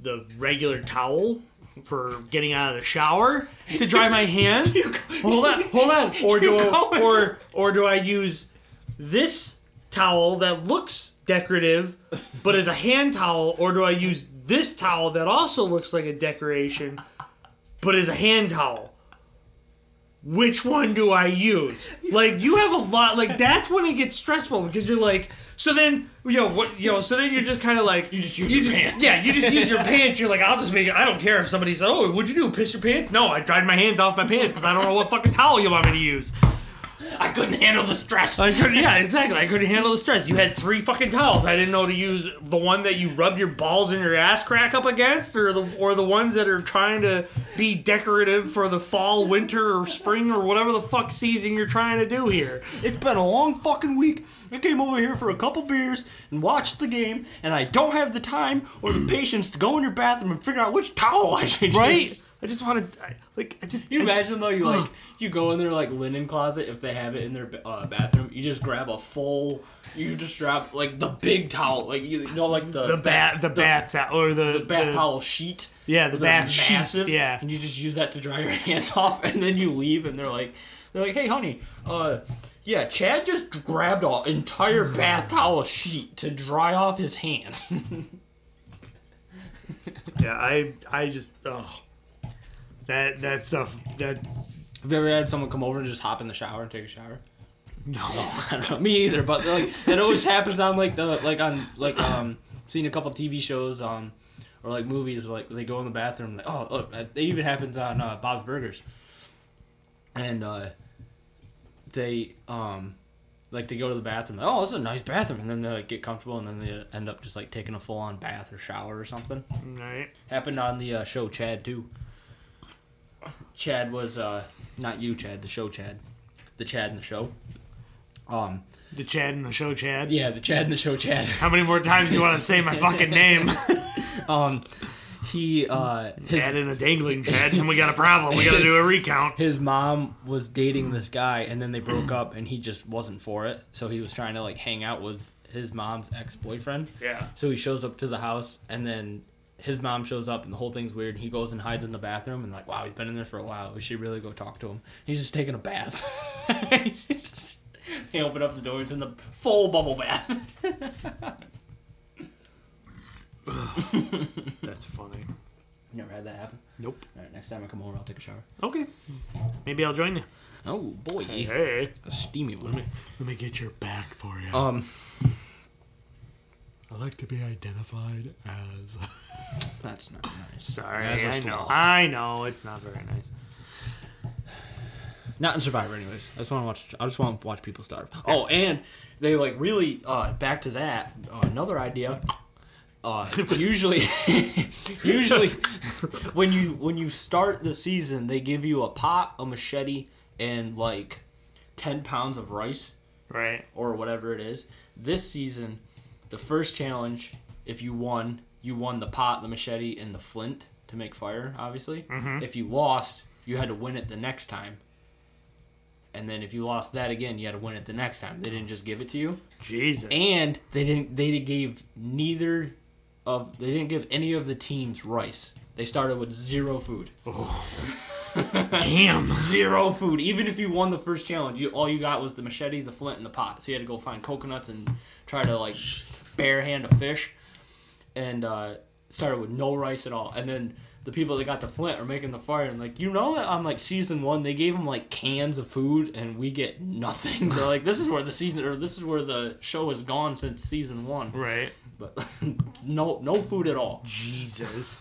Speaker 3: the regular towel for getting out of the shower to dry my
Speaker 2: [LAUGHS]
Speaker 3: hands hold on hold on or do
Speaker 2: You
Speaker 3: I,
Speaker 2: go-
Speaker 3: or or do i use this towel that looks decorative but is a hand towel or do i use this towel that also looks like a decoration but is a hand towel which one do I use? Like you have a lot. Like that's when it gets stressful because you're like, so then you know what you know. So then you're just kind of like, you just use your pants. Yeah, you just use [LAUGHS] your pants. You're like, I'll just make it. I don't care if somebody says, oh, what'd you do? Piss your pants? No, I dried my hands off my pants because I don't know what fucking towel you want me to use.
Speaker 2: I couldn't handle the stress.
Speaker 3: I couldn't. Yeah, exactly. I couldn't handle the stress. You had three fucking towels. I didn't know to use the one that you rub your balls and your ass crack up against, or the or the ones that are trying to be decorative for the fall, winter, or spring, or whatever the fuck season you're trying to do here.
Speaker 2: It's been a long fucking week. I came over here for a couple beers and watched the game, and I don't have the time or the [CLEARS THROAT] patience to go in your bathroom and figure out which towel I should
Speaker 3: Right?
Speaker 2: use.
Speaker 3: I just want to like. I just
Speaker 2: Can you imagine though? You
Speaker 3: [GASPS]
Speaker 2: like you go in their like linen closet if they have it in their uh, bathroom. You just grab a full. You just grab like the big towel, like you know, like the
Speaker 3: the bath the bath towel or the,
Speaker 2: the bath towel sheet.
Speaker 3: Yeah, the
Speaker 2: They're
Speaker 3: bath sheets. Yeah.
Speaker 2: and you just use that to dry your [LAUGHS] hands off, and then you leave, and they're like, they're like, hey, honey, uh, yeah, Chad just grabbed an entire bath towel sheet to dry off his hands. [LAUGHS]
Speaker 3: Yeah, I I just oh that that stuff that
Speaker 2: Have you ever had someone come over and just hop in the shower and take a shower?
Speaker 3: no.
Speaker 2: [LAUGHS] I don't know, me either, but like that always happens on like the like on like um seen a couple TV shows um or like movies like they go in the bathroom like oh look it even happens on uh, Bob's Burgers and uh they um like they go to the bathroom like, oh this is a nice bathroom and then they like get comfortable and then they end up just like taking a full on bath or shower or something
Speaker 3: Right.
Speaker 2: happened on the uh, show Chad too. Chad was uh not you Chad the show Chad the Chad in the show um.
Speaker 3: The Chad and the show Chad.
Speaker 2: Yeah, the Chad and the show Chad.
Speaker 3: How many more times do you want to say [LAUGHS] my fucking name?
Speaker 2: [LAUGHS] Um, he uh,
Speaker 3: Add
Speaker 2: his
Speaker 3: in a dangling Chad, and we got a problem. We got to do a recount.
Speaker 2: his mom was dating this guy, and then they broke up, and he just wasn't for it. So he was trying to like hang out with his mom's ex boyfriend.
Speaker 3: Yeah.
Speaker 2: So he shows up to the house, and then his mom shows up, and the whole thing's weird. He goes and hides in the bathroom, and like, wow, he's been in there for a while. We should really go talk to him. He's just taking a bath. [LAUGHS] they open up the door. It's in the full bubble bath. [LAUGHS]
Speaker 3: That's funny.
Speaker 2: Never had that happen.
Speaker 3: Nope.
Speaker 2: All right, next time I come over, I'll take a shower.
Speaker 3: Okay. Maybe I'll join you.
Speaker 2: Oh boy,
Speaker 3: Hey.
Speaker 2: a steamy one.
Speaker 1: Let me get your back for you.
Speaker 3: Uh,
Speaker 2: Um,
Speaker 1: I like to be identified as.
Speaker 2: that's not nice.
Speaker 3: Sorry,
Speaker 2: As a
Speaker 3: I know.
Speaker 2: sloth.
Speaker 3: I know it's not very nice.
Speaker 2: Not in Survivor, anyways. I just want to watch. I just want to watch people starve. Oh, and they like really uh, back to that. Uh, another idea. Uh, usually, [LAUGHS] usually, when you when you start the season, they give you a pot, a machete, and like ten pounds of rice
Speaker 3: Right.
Speaker 2: or whatever it is. This season, the first challenge, if you won, you won the pot, the machete, and the flint to make fire, obviously. If you lost, you had to win it the next time. And then if you lost that again, you had to win it the next time. They didn't just give it to you.
Speaker 3: Jesus.
Speaker 2: And they didn't they gave neither of they didn't give any of the teams rice. They started with zero food.
Speaker 3: Damn.
Speaker 2: Zero food. Even if you won the first challenge, you all you got was the machete, the flint, and the pot. So you had to go find coconuts and try to like bare hand a fish. And uh, started with no rice at all. And then the people that got the flint are making the fire and like you know that on like season one they gave them like cans of food and we get nothing. [LAUGHS] They're like this is where the season or this is where the show has gone since season one.
Speaker 3: Right.
Speaker 2: But [LAUGHS] no no food at all.
Speaker 3: Jesus.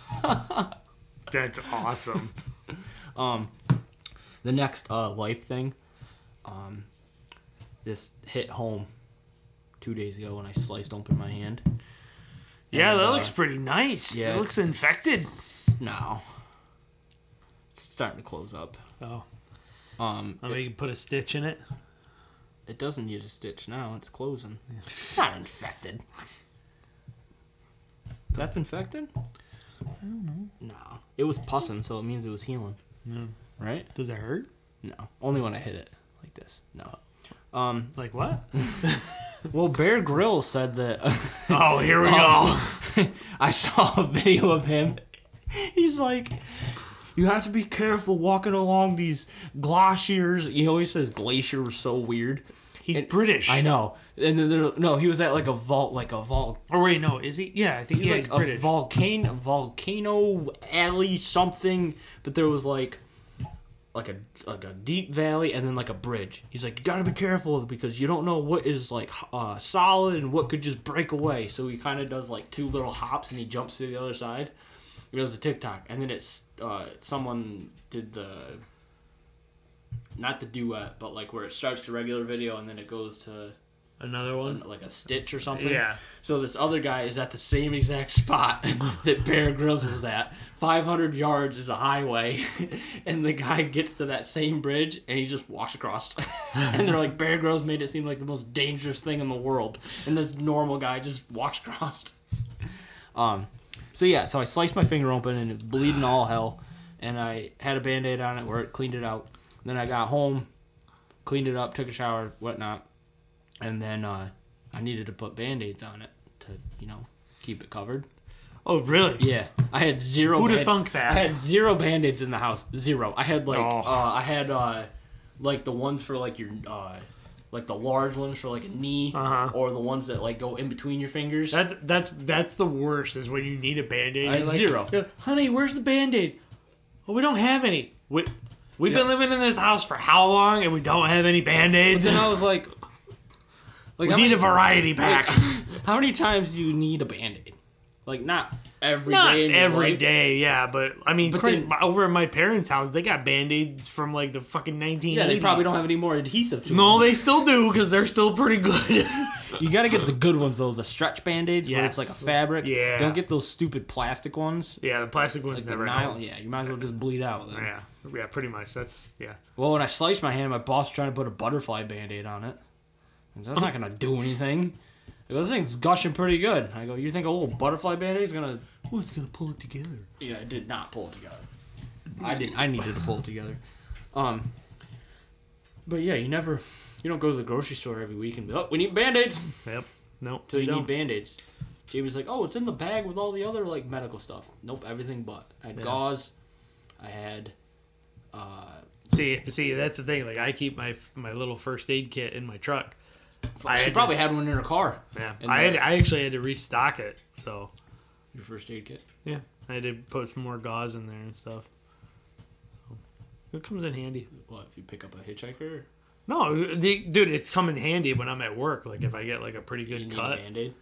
Speaker 3: That's
Speaker 2: [LAUGHS]
Speaker 3: awesome.
Speaker 2: Um, the next uh, life thing, um, this hit home two days ago when I sliced open my hand.
Speaker 3: Yeah,
Speaker 2: And,
Speaker 3: that
Speaker 2: uh,
Speaker 3: looks pretty nice.
Speaker 2: yeah,
Speaker 3: it looks infected.
Speaker 2: No, it's starting to close up.
Speaker 3: Oh,
Speaker 2: Um,
Speaker 3: I mean, you can put a stitch in it.
Speaker 2: it doesn't need a stitch now. It's closing. It's not infected. That's infected. I don't know. No, it was pussing, so it means it was healing.
Speaker 3: No.
Speaker 2: Right?
Speaker 3: Does it hurt?
Speaker 2: No, only when I hit it like this. No. Um,
Speaker 3: Like
Speaker 2: [LAUGHS]
Speaker 3: what?
Speaker 2: well, Bear Grylls said that. [LAUGHS]
Speaker 3: oh, here we
Speaker 2: I saw a video of him. He's like, you have to be careful walking along these glaciers. He always says glacier was so weird. [LAUGHS]
Speaker 3: He's
Speaker 2: And-
Speaker 3: British.
Speaker 2: I know. And then there, no, he was at like a vault, like a vault.
Speaker 3: Or Oh, wait, no, is he? Yeah, I think
Speaker 2: He's
Speaker 3: yeah,
Speaker 2: like
Speaker 3: he's
Speaker 2: a
Speaker 3: British.
Speaker 2: volcano, volcano alley, something. But there was like, like a like a deep valley, and then like a bridge. He's like, you gotta be careful because you don't know what is like uh, solid and what could just break away. So he kind of does like two little hops, and he jumps to the other side. It was a TikTok, and then it's uh, someone did the not the duet, but like where it starts the regular video and then it goes to
Speaker 3: Another one.
Speaker 2: like a stitch or something.
Speaker 3: Yeah.
Speaker 2: So this other guy is at the same exact spot [LAUGHS] that Bear Grylls was at. 500 yards is a highway, [LAUGHS] and the guy gets to that same bridge and he just walks across. [LAUGHS] and they're like, Bear Grylls made it seem like the most dangerous thing in the world, and this normal guy just walks across. [LAUGHS] Um, so yeah, so I sliced my finger open and it was bleeding all hell, and I had a band-aid on it, where it cleaned it out. Then I got home, cleaned it up, took a shower, whatnot, and then uh, I needed to put band-aids on it to, you know, keep it covered.
Speaker 3: Oh, really?
Speaker 2: Yeah, I had 0
Speaker 3: Who'da
Speaker 2: band-
Speaker 3: thunk that?
Speaker 2: I had zero band-aids in the house. Zero. I had like
Speaker 3: Oh.
Speaker 2: uh, I had uh, like the ones for like your uh, like the large ones for like a knee,
Speaker 3: Uh-huh.
Speaker 2: or the ones that like go in between your fingers.
Speaker 3: That's that's that's the worst. Is when you need a band aid.
Speaker 2: I had zero.
Speaker 3: Honey, where's the band aid? Well, we don't have any. We we've been
Speaker 2: Yeah.
Speaker 3: living in this house for how long, and we don't have any band aids.
Speaker 2: then I was like,
Speaker 3: [LAUGHS]
Speaker 2: like
Speaker 3: We
Speaker 2: how
Speaker 3: need
Speaker 2: many-
Speaker 3: a variety pack.
Speaker 2: How many times do you need a band-aid? Like not every day.
Speaker 3: Not
Speaker 2: in your
Speaker 3: every
Speaker 2: life.
Speaker 3: day, yeah, but I mean,
Speaker 2: But
Speaker 3: Chris,
Speaker 2: then-
Speaker 3: my- over at my parents' house, they got band aids from like the fucking 1980s.
Speaker 2: Yeah, they probably don't have any more adhesive to
Speaker 3: No,
Speaker 2: them.
Speaker 3: they still do because they're still pretty good. [LAUGHS]
Speaker 2: You gotta get the good ones though, the stretch band-aids where it's like a
Speaker 3: Yes.
Speaker 2: fabric.
Speaker 3: Yeah.
Speaker 2: Don't get those stupid plastic ones.
Speaker 3: yeah, the plastic ones
Speaker 2: Like the
Speaker 3: never
Speaker 2: nylon.
Speaker 3: help.
Speaker 2: Yeah, you might as well just bleed out with it.
Speaker 3: Yeah, yeah, pretty much. That's yeah.
Speaker 2: Well, when I sliced my hand, my boss tried to put a butterfly band-aid on it. And That's not gonna do anything. I go, this thing's gushing pretty good. I go, you think a little butterfly band-aid's gonna?
Speaker 1: Well, it's gonna pull it together.
Speaker 2: Yeah, it did not pull it together. I did. I needed to pull it together. Um. But yeah, you never, you don't go to the grocery store every week and be, oh, we need band-aids.
Speaker 3: Yep. Nope.
Speaker 2: So you
Speaker 3: don't.
Speaker 2: need band-aids. Jamie's like, oh, it's in the bag with all the other like medical stuff. Nope, everything but I had
Speaker 3: Yeah.
Speaker 2: gauze. I had. Uh,
Speaker 3: see, see, that's the thing. Like, I keep my my little first aid kit in my truck. I
Speaker 2: she
Speaker 3: had
Speaker 2: probably had one in her car.
Speaker 3: Yeah,
Speaker 2: in
Speaker 3: I had,
Speaker 2: the-
Speaker 3: I actually had to restock it. So
Speaker 2: Your first aid kit.
Speaker 3: yeah, I had to put some more gauze in there and stuff. So, it comes in handy.
Speaker 2: What if you pick up a hitchhiker?
Speaker 3: No, the, dude, it's come in handy when I'm at work. Like if I get like a pretty
Speaker 2: You
Speaker 3: good
Speaker 2: need Oh. a
Speaker 3: cut
Speaker 2: band-aid.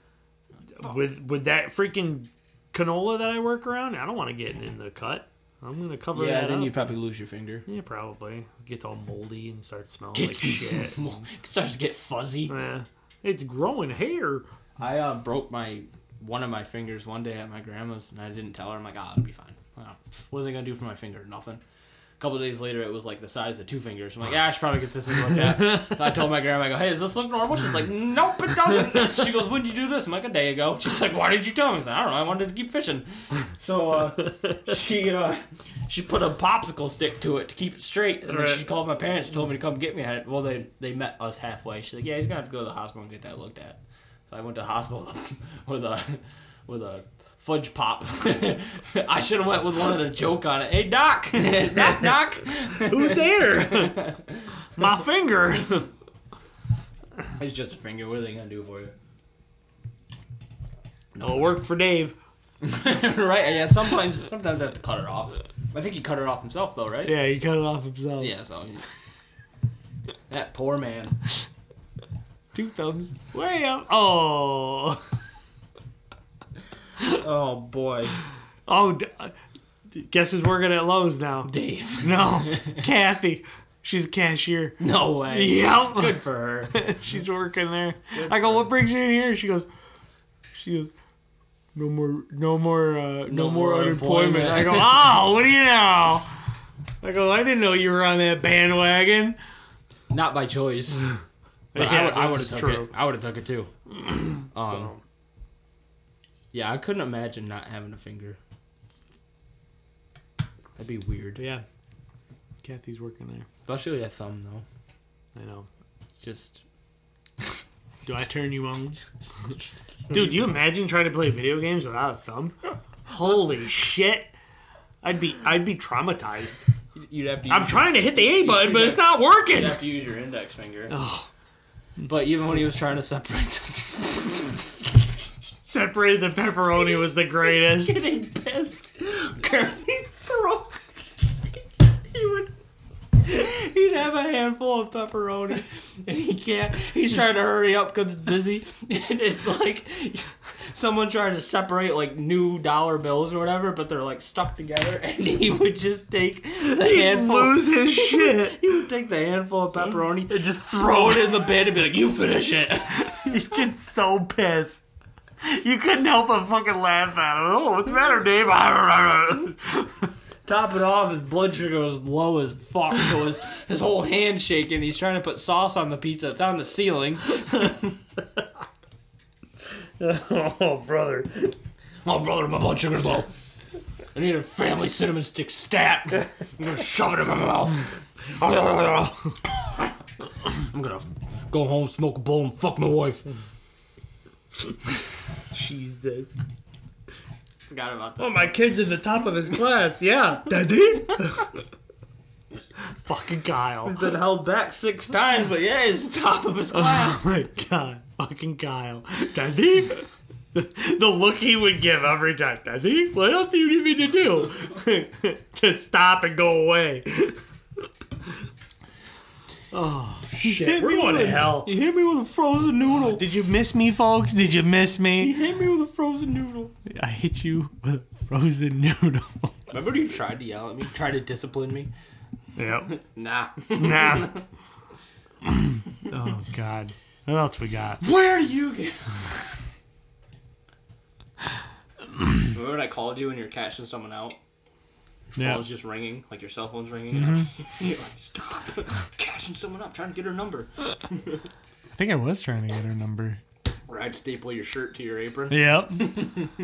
Speaker 3: with with that freaking canola that I work around, I don't want to get in the cut. I'm gonna cover
Speaker 2: Yeah,
Speaker 3: that
Speaker 2: then
Speaker 3: up.
Speaker 2: you probably lose your finger.
Speaker 3: Yeah, probably gets all moldy and starts smelling
Speaker 2: [LAUGHS]
Speaker 3: like shit.
Speaker 2: starts to get fuzzy.
Speaker 3: Eh, it's growing hair.
Speaker 2: I uh, broke my one of my fingers one day at my grandma's, and I didn't tell her. I'm like, ah, it'll be fine. Ah, pff, What are they gonna do for my finger? Nothing. A couple days later, it was like the size of two fingers. I'm like, yeah, I should probably get this thing looked at. So I told my grandma, I go, hey, does this look normal? She's like, nope, it doesn't. She goes, when did you do this? I'm like, a day ago. She's like, why did you tell me? I said, I don't know. I wanted to keep fishing. So uh, she uh, [LAUGHS] she put a popsicle stick to it to keep it straight, and then
Speaker 3: Right.
Speaker 2: she called my parents, told me to come get me. I had, well, they they met us halfway. She's like, yeah, he's [LAUGHS] gonna have to go to the hospital and get that looked at. So I went to the hospital with a with a fudge pop. [LAUGHS] I should have went with one that had a joke on it. Hey Doc, [LAUGHS] knock knock.
Speaker 3: Who's there?
Speaker 2: [LAUGHS]
Speaker 3: My finger.
Speaker 2: It's just a finger. What are they gonna do for you? No work for Dave. [LAUGHS] right? Yeah. Sometimes, sometimes I have to cut her off. I think he cut her off himself, though, right?
Speaker 3: Yeah, he cut it off himself.
Speaker 2: Yeah. So that poor [LAUGHS] man.
Speaker 3: Two thumbs way up. Oh.
Speaker 2: Oh boy,
Speaker 3: Oh. d- uh, Guess who's working at Lowe's now?
Speaker 2: Dave.
Speaker 3: No, Kathy. She's a cashier.
Speaker 2: [LAUGHS] No way.
Speaker 3: Yep.
Speaker 2: Good for her.
Speaker 3: She's working there. I go, what brings you in here? She goes, she goes, no more, no more, uh, no, more, unemployment.
Speaker 2: unemployment.
Speaker 3: I go,
Speaker 2: [LAUGHS]
Speaker 3: oh, what do you know? I go, I didn't know you were on that bandwagon.
Speaker 2: Not by choice. But
Speaker 3: Yeah,
Speaker 2: I would have
Speaker 3: that's
Speaker 2: took
Speaker 3: true.
Speaker 2: it. I would have took it [CLEARS THROAT] too. Um, yeah, I couldn't imagine not having a finger. That'd be weird.
Speaker 3: Yeah, Kathy's working there.
Speaker 2: Especially a thumb, though.
Speaker 3: I know.
Speaker 2: It's just
Speaker 3: Do I turn you
Speaker 2: [LAUGHS]
Speaker 3: on? Dude, you imagine trying to play video games without a thumb? Holy shit! I'd be, I'd be traumatized.
Speaker 2: you'd have to.
Speaker 3: I'm trying to hit the A button, but it's not working.
Speaker 2: You'd have to use your index finger.
Speaker 3: Oh.
Speaker 2: But even when he was trying to separate the
Speaker 3: Separated the pepperoni was the greatest.
Speaker 2: [LAUGHS] getting pissed, [LAUGHS] he throws. He would. He'd have a handful of pepperoni, and he can't. He's trying to hurry up because it's busy, [LAUGHS] and it's like someone trying to separate like new dollar bills or whatever, but they're like stuck together, [LAUGHS] and he would just take the handful.
Speaker 3: his shit.
Speaker 2: [LAUGHS] he would take the handful of pepperoni
Speaker 3: And just
Speaker 2: throw
Speaker 3: throw
Speaker 2: it
Speaker 3: it.
Speaker 2: in the bin and be like, "You
Speaker 3: [LAUGHS]
Speaker 2: finish it."
Speaker 3: He gets so pissed. You couldn't help but fucking laugh at him. Oh, what's the matter, Dave? I don't know.
Speaker 2: Top it off, his blood sugar was low as fuck, so his his whole hand shaking. He's trying to put sauce on the pizza. It's on the ceiling.
Speaker 3: [LAUGHS] Oh, brother.
Speaker 2: Oh, brother, my blood sugar's low. I need a family cinnamon stick stat. I'm gonna shove it in my mouth. I'm gonna go home, smoke a bowl, and fuck my wife.
Speaker 3: Jesus.
Speaker 2: Forgot about
Speaker 3: Oh,
Speaker 2: that.
Speaker 3: my kid's in the top of his class. Yeah. Daddy? fucking Kyle.
Speaker 2: [LAUGHS] Been held back six times, but yeah, he's top of his class.
Speaker 3: [LAUGHS] Oh my god. Fucking Kyle. Daddy? The look he would give every time. Daddy, what else do you need me to do? [LAUGHS] to stop and go away. Shit, we're going to hell.
Speaker 2: You hit me with a frozen noodle.
Speaker 3: Did you miss me, folks? Did you miss
Speaker 2: You
Speaker 3: me?
Speaker 2: hit me with a frozen noodle.
Speaker 3: I hit you with a frozen noodle.
Speaker 2: Remember when you tried to yell at me, tried to discipline me?
Speaker 3: yep.
Speaker 2: Nah. [LAUGHS]
Speaker 3: Nah. oh, God. What else we got?
Speaker 2: Where do you get? [LAUGHS] Remember when I called you and you're catching someone out?
Speaker 3: Yeah.
Speaker 2: Your
Speaker 3: Mm-hmm.
Speaker 2: phone's just ringing, like your cell phone's ringing. and I'm- [LAUGHS] you're like, stop [LAUGHS] catching someone up, trying to get her number.
Speaker 3: I think I was trying to get her number.
Speaker 2: Or I'd staple your shirt to your apron.
Speaker 3: [LAUGHS]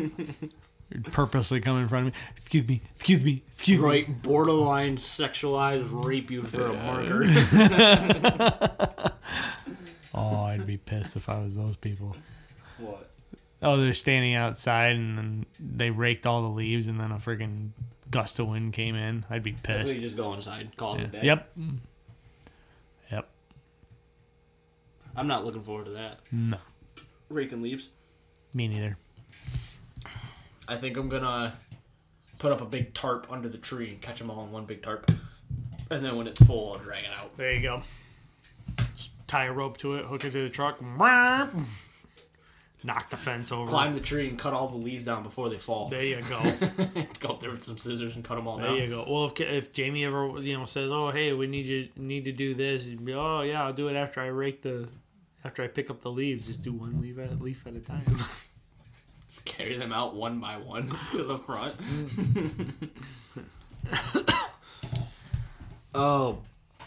Speaker 3: Yep. You're purposely come in front of me. Excuse me. Excuse me. Excuse me.
Speaker 2: Right, borderline sexualized rape you for a marker. [LAUGHS]
Speaker 3: Oh, I'd be pissed if I was those people.
Speaker 2: what?
Speaker 3: Oh, they're standing outside and then they raked all the leaves and then a freaking gust of wind came in. I'd be
Speaker 2: So
Speaker 3: pissed.
Speaker 2: you just go inside, call it a day.
Speaker 3: Yep. Yep.
Speaker 2: I'm not looking forward to that.
Speaker 3: No.
Speaker 2: Raking leaves.
Speaker 3: Me neither.
Speaker 2: I think I'm gonna put up a big tarp under the tree and catch them all in one big tarp. And then when it's full, I'll drag it out.
Speaker 3: There you go. Just tie a rope to it, hook it to the truck. Knock the fence over.
Speaker 2: climb the tree and cut all the leaves down before they fall.
Speaker 3: There you go.
Speaker 2: [LAUGHS] Go up there with some scissors and cut them all
Speaker 3: There you go.
Speaker 2: down.
Speaker 3: Well, if, if Jamie ever you know says, "Oh, hey, we need you need to do this," you'd be, "Oh yeah, I'll do it after I rake the, after I pick up the leaves. Just do one leaf at leaf at a time."
Speaker 2: Just carry them out one by one [LAUGHS] to the front. oh,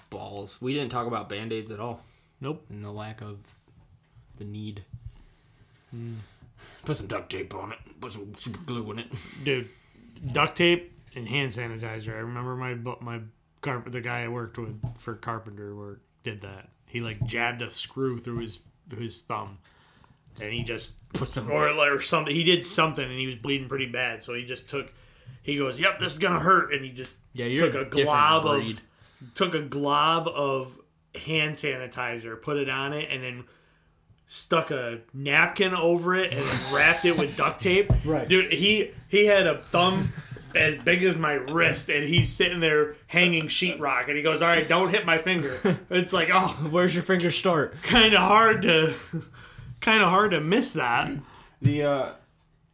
Speaker 2: balls. We didn't talk about band aids at all
Speaker 3: nope.
Speaker 2: and the lack of the need. Hmm. Put some duct tape on it, put some super glue in it.
Speaker 3: Dude, duct tape and hand sanitizer. I remember my bu- my carp- the guy I worked with for carpenter work did that. He like jabbed a screw through his through his thumb. and he just
Speaker 2: Put some.
Speaker 3: or or something. He did something and he was bleeding pretty bad, so he just took. He goes, "Yep, this is gonna hurt," and he just
Speaker 2: Yeah, you're
Speaker 3: took
Speaker 2: a
Speaker 3: a
Speaker 2: different
Speaker 3: glob
Speaker 2: breed.
Speaker 3: of took a glob of hand sanitizer, put it on it, and then stuck a napkin over it and
Speaker 2: [LAUGHS]
Speaker 3: then wrapped it with duct tape.
Speaker 1: Right.
Speaker 3: dude, he he had a thumb. As big as my wrist, and he's sitting there hanging sheetrock, and he goes, "All right, don't hit my
Speaker 2: [LAUGHS]
Speaker 3: finger." It's like, oh,
Speaker 2: [LAUGHS] Where's your finger start?
Speaker 3: kind of hard to, kind of hard to miss that.
Speaker 2: The uh,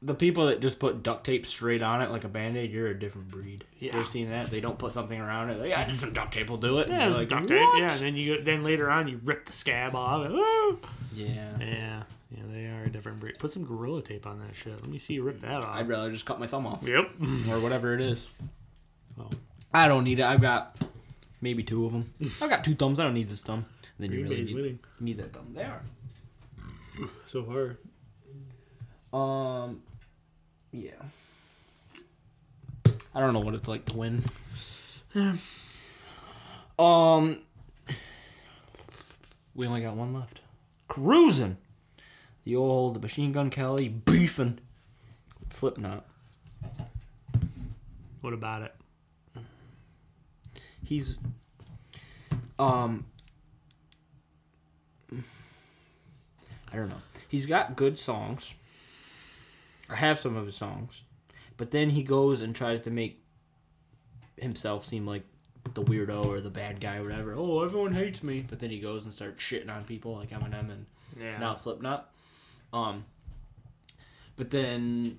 Speaker 2: the people that just put duct tape straight on it like a band aid, you're a different breed. Yeah. You've seen that. They don't put something around it. Like, yeah, just some duct tape will do it.
Speaker 3: Yeah,
Speaker 2: and
Speaker 3: it's
Speaker 2: you're like,
Speaker 3: duct tape.
Speaker 2: "What?"
Speaker 3: Yeah, and then you then later on you rip the scab off.
Speaker 2: [LAUGHS]
Speaker 3: And, "Ooh."
Speaker 2: Yeah.
Speaker 3: Yeah, yeah, they are a different breed. Put some gorilla tape on that shit. Let me see you rip that off.
Speaker 2: I'd rather just cut my thumb off
Speaker 3: yep.
Speaker 2: or whatever it is.
Speaker 3: Oh.
Speaker 2: I don't need it. I've got maybe two of them. [LAUGHS] I've got two thumbs. I don't need this thumb. Then you
Speaker 3: Green
Speaker 2: really
Speaker 3: Bay's
Speaker 2: need, you
Speaker 3: winning
Speaker 2: need that thumb. They are.
Speaker 3: so far.
Speaker 2: Um, yeah. I don't know what it's like to
Speaker 3: [SIGHS]
Speaker 2: win. um, we only got one left. Cruising, the old Machine Gun Kelly beefing, with Slipknot.
Speaker 3: What about it?
Speaker 2: He's, um, I don't know. He's got good songs. I have some of his songs, but then he goes and tries to make himself seem like the weirdo or the bad guy or whatever. Oh, everyone hates me. But then he goes and starts shitting on people like Eminem and
Speaker 3: Yeah.
Speaker 2: now Slipknot. Um, but then,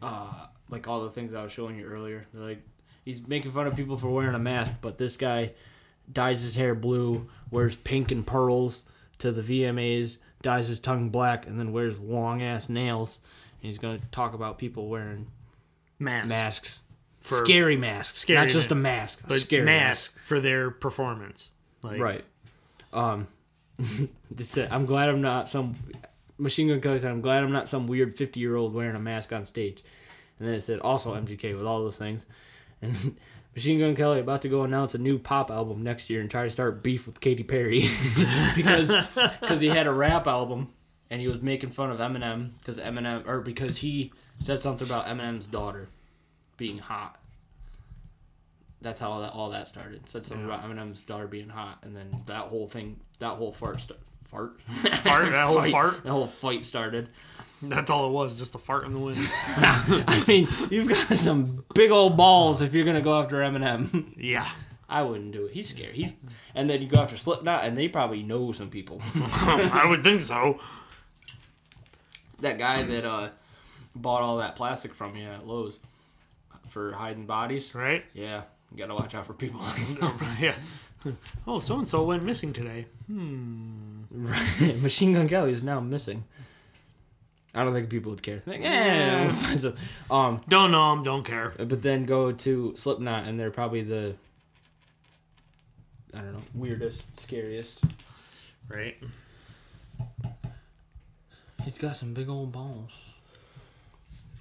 Speaker 2: uh, like all the things I was showing you earlier, they're like he's making fun of people for wearing a mask, but this guy dyes his hair blue, wears pink and pearls to the VMAs, dyes his tongue black, and then wears long ass nails. And he's gonna talk about people wearing
Speaker 3: Mask.
Speaker 2: masks,
Speaker 3: For-
Speaker 2: scary masks,
Speaker 3: Scary
Speaker 2: not just a
Speaker 3: ma-
Speaker 2: mask, a
Speaker 3: But
Speaker 2: scary mask.
Speaker 3: mask for their performance. Like,
Speaker 2: Right. Um, [LAUGHS] this, uh, I'm glad I'm not some machine gun Kelly said. I'm glad I'm not some weird 50 year old wearing a mask on stage. And then it said also MGK with all those things. And [LAUGHS] Machine Gun Kelly about to go announce a new pop album next year and try to start beef with Katy Perry [LAUGHS] because because he had a rap album and he was making fun of Eminem because Eminem or because he said something about Eminem's daughter being hot. That's how that, all that started. Said something
Speaker 3: Yeah.
Speaker 2: about Eminem's daughter being hot, and then that whole thing, that whole fart, st- fart,
Speaker 3: Fart. That whole
Speaker 2: Fight.
Speaker 3: fart.
Speaker 2: that whole fight started.
Speaker 3: That's all it was. Just a fart in the wind.
Speaker 2: I mean, you've got some big old balls if you're gonna go after Eminem.
Speaker 3: [LAUGHS]
Speaker 2: [LAUGHS]
Speaker 3: yeah.
Speaker 2: I wouldn't do it. He's scary. He's, and then you go after Slipknot, and they probably know some people.
Speaker 3: [LAUGHS]
Speaker 2: [LAUGHS]
Speaker 3: I would think so.
Speaker 2: that guy that uh, bought all that plastic from you at Lowe's for hiding
Speaker 3: [LAUGHS]
Speaker 2: bodies.
Speaker 3: Right.
Speaker 2: Yeah, you gotta watch out for people. [LAUGHS]
Speaker 3: yeah. Oh, so and so went missing today.
Speaker 2: right. [CLEARS THROAT] Machine Gun Kelly is now missing. I don't think people would care. Like, yeah, we'll find some. Um,
Speaker 3: Don't know him. Don't care.
Speaker 2: but then go to Slipknot, and they're probably the I don't know weirdest, scariest.
Speaker 3: Right.
Speaker 2: He's got some big old balls.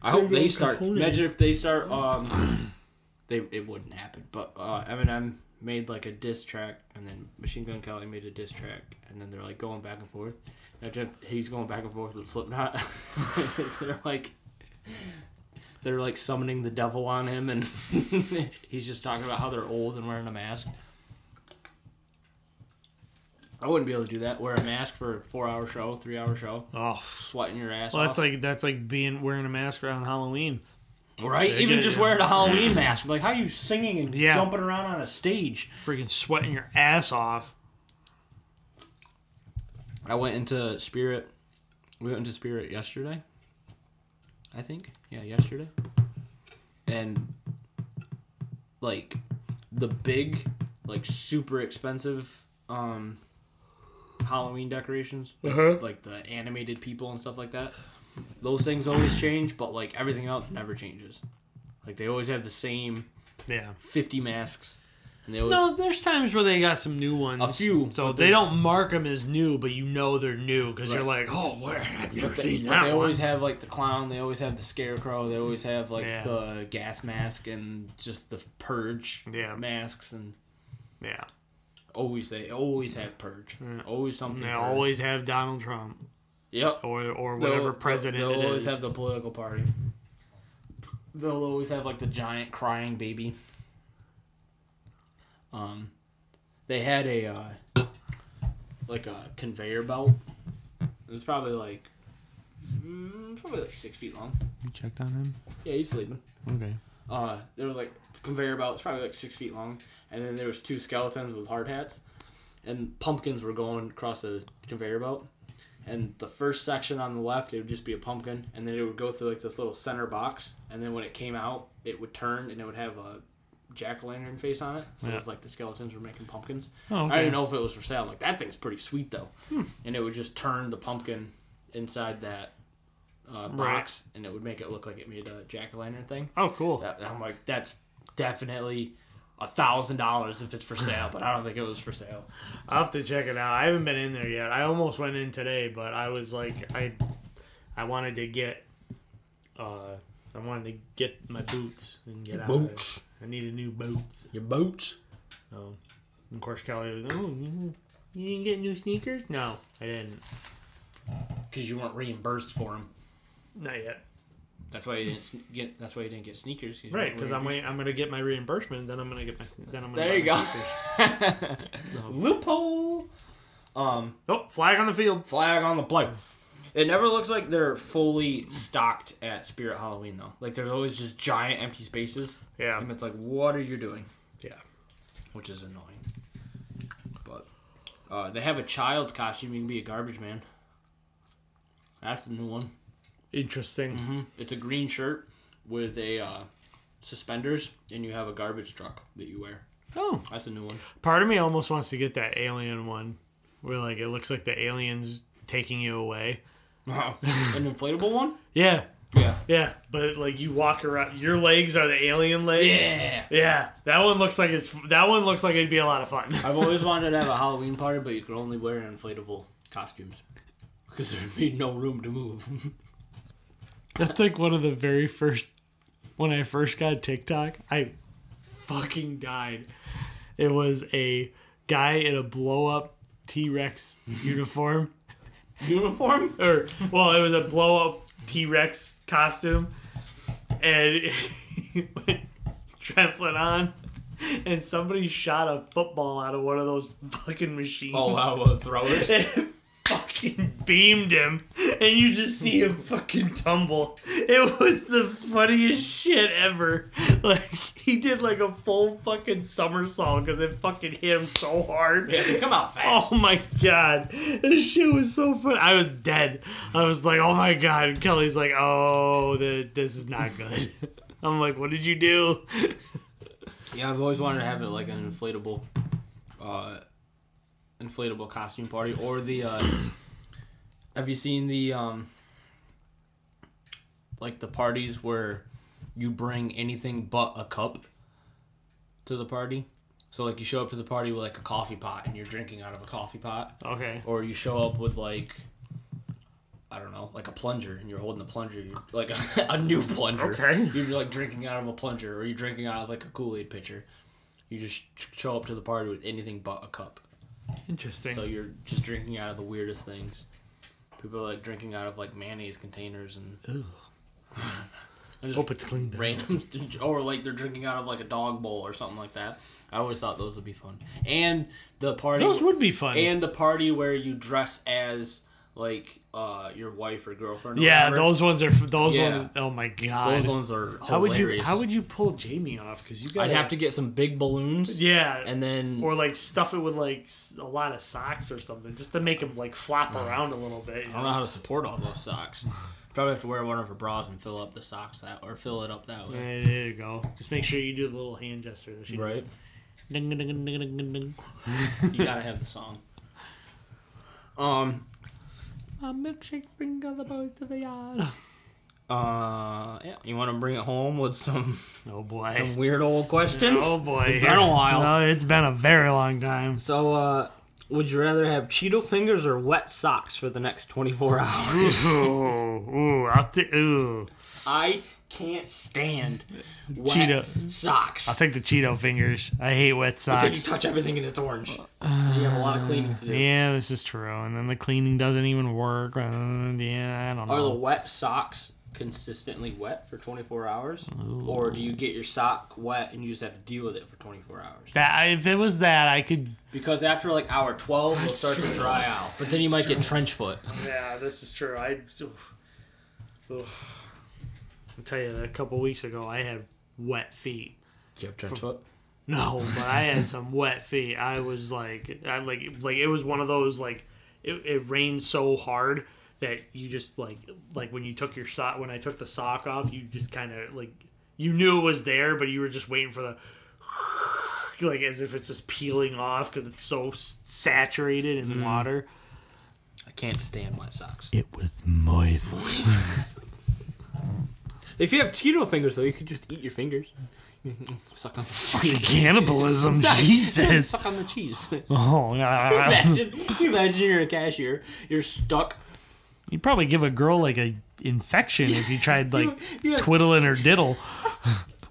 Speaker 2: I hope
Speaker 3: Big
Speaker 2: they
Speaker 3: old
Speaker 2: start.
Speaker 3: components.
Speaker 2: Imagine if they start. Um, [CLEARS THROAT] they it wouldn't happen. But uh, Eminem made like a diss track, and then Machine Gun Kelly made a diss track, and then they're like going back and forth. Imagine if he's going back and forth with Slipknot. [LAUGHS] they're like. They're like summoning the devil on him, and [LAUGHS] he's just talking about how they're old and wearing a mask. I wouldn't be able to do that. Wear a mask for a four-hour show, three-hour show
Speaker 3: Oh.
Speaker 2: sweating your ass
Speaker 3: Well,
Speaker 2: off.
Speaker 3: that's like that's like being wearing a mask around Halloween.
Speaker 2: right?
Speaker 3: Yeah,
Speaker 2: Even
Speaker 3: yeah,
Speaker 2: just
Speaker 3: yeah.
Speaker 2: wearing
Speaker 3: [CLEARS THROAT]
Speaker 2: a Halloween mask. Like, how are you singing and
Speaker 3: Yeah.
Speaker 2: jumping around on a stage?
Speaker 3: freaking sweating your ass off.
Speaker 2: I went into Spirit. We went into Spirit yesterday. I think. Yeah, yesterday. And, like, the big, like, super expensive um, Halloween decorations, like,
Speaker 3: Uh-huh.
Speaker 2: like the animated people and stuff like that, those things always change, but, like, everything else never changes. Like, they always have the same
Speaker 3: Yeah.
Speaker 2: 50 masks. And they always,
Speaker 3: No, there's times where they got some new ones.
Speaker 2: A few,
Speaker 3: So
Speaker 2: but
Speaker 3: they
Speaker 2: there's-
Speaker 3: don't mark them as new, but you know they're new because you're
Speaker 2: Right.
Speaker 3: like, oh, where have you [LAUGHS]
Speaker 2: but they,
Speaker 3: seen
Speaker 2: but
Speaker 3: that
Speaker 2: they
Speaker 3: one?"
Speaker 2: always have like the clown, they always have the scarecrow, they always have like
Speaker 3: Yeah.
Speaker 2: the gas mask and just the purge
Speaker 3: Yeah.
Speaker 2: masks and
Speaker 3: Yeah.
Speaker 2: always they always have purge. Always something.
Speaker 3: They
Speaker 2: purge.
Speaker 3: always have Donald Trump.
Speaker 2: Yep.
Speaker 3: or or whatever
Speaker 2: They'll-
Speaker 3: president
Speaker 2: They'll,
Speaker 3: it
Speaker 2: they'll always
Speaker 3: is.
Speaker 2: have the political party. They'll always have like the giant crying baby. Um, they had a uh, like a conveyor belt. It was probably like mm, probably like six feet long.
Speaker 3: you checked on him.
Speaker 2: Yeah, he's sleeping.
Speaker 3: Okay.
Speaker 2: Uh, there was like conveyor belts, probably like six feet long, and then there was two skeletons with hard hats, and pumpkins were going across the conveyor belt. And the first section on the left, it would just be a pumpkin, and then it would go through like this little center box, and then when it came out, it would turn and it would have a jack o' lantern face on it. So it was
Speaker 3: Yeah.
Speaker 2: like the skeletons were making pumpkins.
Speaker 3: Oh,
Speaker 2: I
Speaker 3: okay. Hmm.
Speaker 2: didn't know if it was for sale. I'm like that thing's pretty sweet though, and it would just turn the pumpkin inside that uh, box, and it would make it look like it made a jack o' lantern thing.
Speaker 3: Oh, cool.
Speaker 2: That- and I'm like, that's definitely a thousand dollars if it's for sale, but I don't think it was for sale.
Speaker 3: I'll have to check it out. I haven't been in there yet. I almost went in today, but I was like, I, I wanted to get, uh, I wanted to get my boots and get out. of there.
Speaker 2: Boots.
Speaker 3: I needed new boots.
Speaker 2: Your boots?
Speaker 3: So, of course, Kelly was, oh, you, you didn't get new sneakers? No, I didn't.
Speaker 2: Because you weren't reimbursed for them.
Speaker 3: Not yet.
Speaker 2: That's why you didn't sn- get. That's why you didn't get sneakers. you
Speaker 3: Right,
Speaker 2: weren't
Speaker 3: because I'm
Speaker 2: reimbursed.
Speaker 3: waiting. I'm gonna get my reimbursement. Then I'm gonna get my. sne- Then I'm gonna.
Speaker 2: There you
Speaker 3: buy my
Speaker 2: go. [LAUGHS] Loophole. Um,
Speaker 3: sneakers. Oh, flag on the field.
Speaker 2: flag on the play. It never looks like they're fully stocked at Spirit Halloween though. Like there's always just giant empty spaces,
Speaker 3: Yeah.
Speaker 2: and it's like, what are you doing?
Speaker 3: Yeah.
Speaker 2: which is annoying. But uh, they have a child costume. You can be a garbage man. That's the new one. Mm-hmm.
Speaker 3: Interesting.
Speaker 2: It's a green shirt with a uh, suspenders, and you have a garbage truck that you wear.
Speaker 3: Oh.
Speaker 2: That's a new one.
Speaker 3: Part of me almost wants to get that alien one, where like it looks like the aliens taking you away.
Speaker 2: [LAUGHS] An inflatable one.
Speaker 3: Yeah,
Speaker 2: Yeah.
Speaker 3: yeah, but like you walk around, your legs are the alien legs.
Speaker 2: Yeah.
Speaker 3: yeah. That one looks like it's that one looks like it'd be a lot of fun. [LAUGHS]
Speaker 2: I've always wanted to have a Halloween party, but you could only wear inflatable costumes because there'd be no room to move. [LAUGHS]
Speaker 3: That's like one of the very first when I first got TikTok, I fucking died. It was a guy in a blow up T Rex uniform.
Speaker 2: Uniform.
Speaker 3: or well, it was a blow up T Rex costume, and [LAUGHS] he went trampling on, and somebody shot a football out of one of those fucking machines.
Speaker 2: Oh wow, [LAUGHS] a thrower.
Speaker 3: [LAUGHS] And fucking beamed him, and you just see him fucking tumble. It was the funniest shit ever. Like he did like a full fucking somersault because it fucking hit him so hard.
Speaker 2: Yeah, they come out fast.
Speaker 3: Oh my god, this shit was so fun. I was dead. I was like, oh my god. And Kelly's like, oh, the, this is not good. [LAUGHS] I'm like, what did you do?
Speaker 2: Yeah, I've always wanted to have it like an inflatable, uh, inflatable costume party or the. Uh, have you seen the um, like the parties where you bring anything but a cup to the party? So like you show up to the party with like a coffee pot and you're drinking out of a coffee pot,
Speaker 3: Okay.
Speaker 2: or you show up with like. I don't know, like a plunger, and you're holding the plunger, you like [LAUGHS] a, a new plunger.
Speaker 3: Okay.
Speaker 2: You're like drinking out of a plunger, or you're drinking out of like a Kool Aid pitcher. You just sh- show up to the party with anything but a cup.
Speaker 3: Interesting.
Speaker 2: So you're just drinking out of the weirdest things. People are like drinking out of like mayonnaise containers and I just
Speaker 3: Hope it's cleaned up.
Speaker 2: random, [LAUGHS] st- or like they're drinking out of like a dog bowl or something like that. I always thought those would be fun. And the party
Speaker 3: Those would be fun.
Speaker 2: and the party where you dress as like uh your wife or girlfriend. Or
Speaker 3: yeah,
Speaker 2: whatever.
Speaker 3: those ones are f- those
Speaker 2: Yeah.
Speaker 3: ones. Oh my god.
Speaker 2: those ones are hilarious.
Speaker 3: how would you How would you pull Jamie off? Because you got.
Speaker 2: I'd have to get some big balloons.
Speaker 3: Yeah.
Speaker 2: and then
Speaker 3: or like stuff it with like s- a lot of socks or something, just to make him like
Speaker 2: [SIGHS]
Speaker 3: flop around a little bit. you
Speaker 2: I
Speaker 3: know?
Speaker 2: don't know how to support all those socks. Probably have to wear one of her bras and fill up the socks that, or fill it up that way.
Speaker 3: Yeah, there you go. Just make sure you do the little hand gesture. that she does.
Speaker 2: Right?
Speaker 3: Ding, ding, ding, ding, ding, ding, ding.
Speaker 2: You gotta have
Speaker 3: [LAUGHS]
Speaker 2: the song. Um.
Speaker 3: A milkshake bring all the boys to the yard.
Speaker 2: Uh. Yeah. You want to bring it home with some
Speaker 3: Oh boy.
Speaker 2: some weird old questions?
Speaker 3: Oh boy.
Speaker 2: It's been a while.
Speaker 3: No, it's been a very long time.
Speaker 2: So, uh, would you rather have Cheeto fingers or
Speaker 3: [LAUGHS]
Speaker 2: wet socks for the next 24 hours?
Speaker 3: ooh, ooh, I'll t- ooh.
Speaker 2: I can't stand wet
Speaker 3: Cheetah.
Speaker 2: socks.
Speaker 3: I'll take the Cheeto fingers. I hate wet
Speaker 2: Then you
Speaker 3: socks. Uh,
Speaker 2: touch everything and it's orange. And you have a lot of cleaning to do.
Speaker 3: Yeah, this is true. And then the cleaning doesn't even work. Uh, yeah, I don't
Speaker 2: Are the
Speaker 3: know.
Speaker 2: wet socks consistently wet for 24 hours? Or do you get your sock wet and you just have to deal with it for 24 hours?
Speaker 3: That if it was that, I could.
Speaker 2: Because after like hour 12, it'll start to dry out. But then you might get trench foot.
Speaker 3: Yeah, this is true. I. I'll tell you, a couple weeks ago, I had wet feet.
Speaker 2: Do you have trench foot?
Speaker 3: No, but I had some wet feet. I was like, I like, like it was one of those like, it, it rained so hard that you just like, like when you took your sock, when I took the sock off, you just kind of like, you knew it was there, but you were just waiting for the, [LAUGHS] like as if it's just peeling off because it's so s- saturated in water.
Speaker 2: I can't stand wet socks.
Speaker 1: It was moist.
Speaker 2: If you have Cheeto fingers, though, you could just eat your fingers. [LAUGHS] Suck
Speaker 3: [LAUGHS]
Speaker 2: on the
Speaker 3: Fucking [LAUGHS] cannibalism, Jesus!
Speaker 2: Suck on the cheese.
Speaker 3: Oh, nah. [LAUGHS]
Speaker 2: imagine, imagine you're a cashier. You're stuck.
Speaker 3: you'd probably give a girl like a infection if [LAUGHS] you tried like
Speaker 2: yeah.
Speaker 3: twiddling her diddle.